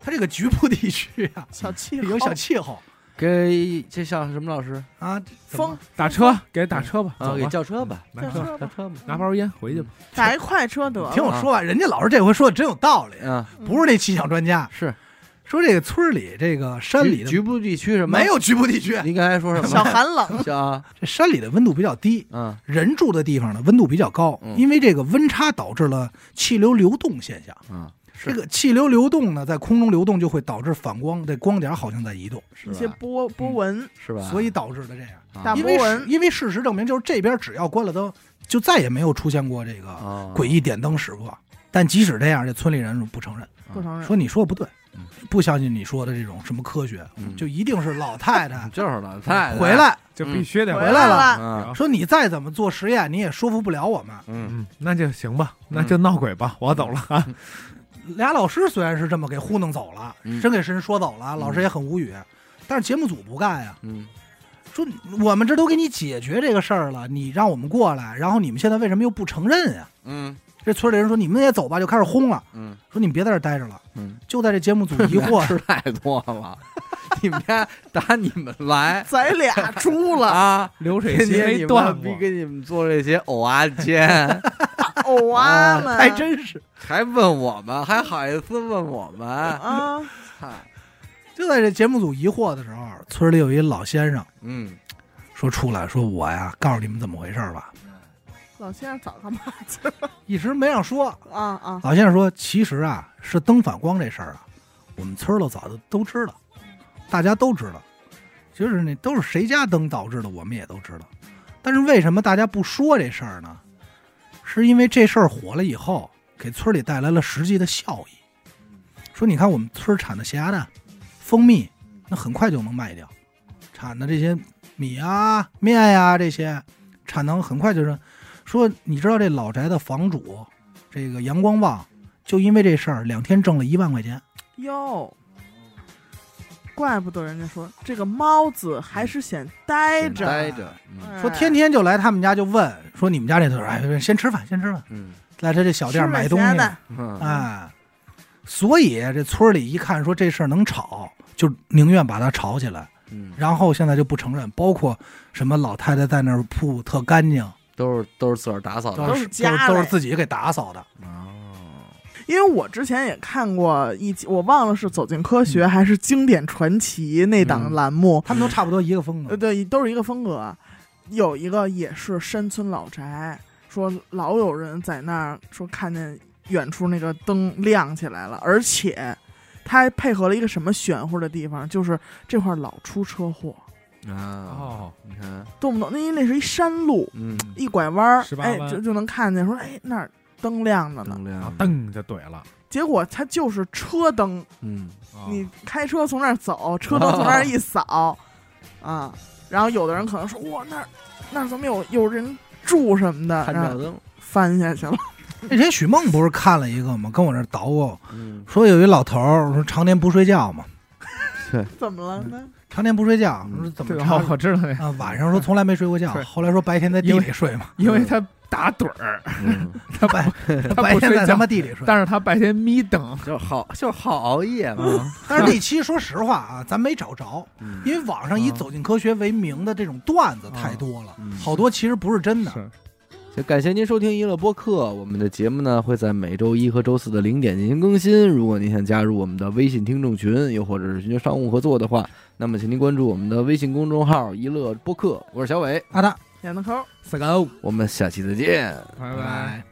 它这个局部地区 啊
小气
有小气候
给这像什么老师
啊，怎么
风，
打车嗯给打车吧，
啊？
走
给
吧，
轿车吧，
拿
嗯
轿
车嗯
车
轿
吧
车吧，
拿包烟回去吧。
打一快车得了。
听我说完，人家老师这回说的真有道理，
嗯，
不是那气象专家，
是
说这个村里这个山里
局
的
局部地区什嗯么
没？有局部地区，
你刚才说什么？
小寒 冷，
小啊，
这山里的温度比较低，
嗯
人住的地方呢温度比较高，
嗯
因为这个温差导致了气流流动现象。
嗯，
这个气流流动呢，在空中流动就会导致反光，这光点好像在移动，
是
一些
吧？
波
嗯
波纹，
啊
是吧？
所以导致的这样。
啊
大
因为
波
是
纹
因为事实证明，就是这边只要关了灯，就再也没有出现过这个
啊
诡异点灯时刻。但即使这样，这村里人不承认，
不承认。
说你说的不对
嗯，
不相信你说的这种什么科学，
嗯
就一定是老太太
就是老 太太
回，来
就必须得
回
来了
了，
嗯
说你再怎么做实验，你也说服不了我们。
嗯
嗯，那就行吧，那就闹鬼吧，我走了啊。
俩老师虽然是这么给糊弄走了，
嗯
真给神说走了，老师也很无语。但是节目组不干呀，
嗯
说我们这都给你解决这个事儿了，你让我们过来，然后你们现在为什么又不承认呀？
嗯
这村里人说你们也走吧，就开始轰了，
嗯
说你们别在这儿待着了。
嗯，
就在这节目组疑 惑，
吃太多了， 你们家打你们来
咱俩
输了啊！
流水
给
席
你
没
们
断
逼
过，
给你们做这些偶啊 煎，
偶啊
啊
们，
还真是。
还问我们，还好意思问我 们？
啊，
嗨，
就在这节目组疑惑的时候，村里有一老先生
嗯，
说出来说：“我呀，告诉你们怎么回事儿吧，
老先生早干嘛去了？
一直没让说。”
啊啊，
老先生说：“其实啊，是灯反光这事儿啊，我们村儿都早就都知道，大家都知道，就是那都是谁家灯导致的，我们也都知道。但是为什么大家不说这事儿呢？是因为这事儿火了以后，给村里带来了实际的效益。说你看，我们村儿产的咸鸭蛋、蜂蜜，那很快就能卖掉；产的这些米啊、面呀、这些，产能很快就是。说你知道这老宅的房主这个杨光旺就因为这事儿，两天挣了一万块钱。
哟，怪不得人家说这个猫子还是显呆着，
待着，嗯
哎
说天天就来他们家就问，说你们家这头，哎，先吃饭，先吃饭，
嗯
来他这小店买东
吃碗咸
西，
蛋
嗯
哎，所以这村里一看说这事儿能吵，就宁愿把它吵起来，
嗯，
然后现在就不承认，包括什么老太太在那儿铺特干净，
都是都是自个儿打扫的
都是
都是家嘞
都是自己给打扫的，
哦，
因为我之前也看过一集，我忘了是《走进科
嗯
学》还是《经典传奇》那档
嗯
栏目，
他们都差不多一个风格
呃，。对，都是一个风格。啊有一个也是山村老宅，说老有人在那儿说看见远处那个灯亮起来了，而且他还配合了一个什么玄乎的地方，就是这块儿老出车祸，
啊，
哦，
你看，
动不动那因为那是一山路，
嗯，
一拐弯儿，
18
哎，
弯
就就能看见说，哎，那儿灯亮着呢。
能量
啊，，噔就怼了。
结果它就是车灯，
嗯，
啊
你开车从那儿走，车灯从那儿一扫，啊，然后有的人可能说，哇，那儿那儿怎么有有人住什么的，
探
然
照
后
灯，
翻下去了。
那天许梦不是看了一个吗？跟我这儿捣鼓，
嗯，
说有一老头儿说常年不睡觉嘛，
怎么了呢？
常年不睡觉，
嗯
说怎么
对，
着
哦，我知道那，
啊，晚上说从来没睡过觉
对，
后来说白天在地里睡嘛，
因为他打盹儿，
嗯
他白 他
他
白
不
天
睡
在他
觉，
妈地里睡。
但是他白天眯瞪，
就是好，就是好熬夜
嗯
嘛，
但是那期说实话啊，咱没找着，
嗯
因为网上以
嗯
走进科学为名的这种段子太多了，
嗯
好多其实不是 真的。
是
就感谢您收听娱乐播客，我们的节目呢会在每周一和周四的零点进行更新。如果您想加入我们的微信听众群，又或者是寻求商务合作的话，那么请您关注我们的微信公众号“娱乐播客”，我是小伟，
阿达，
演的抠。
四个欧，
我们下期再见。
拜
拜。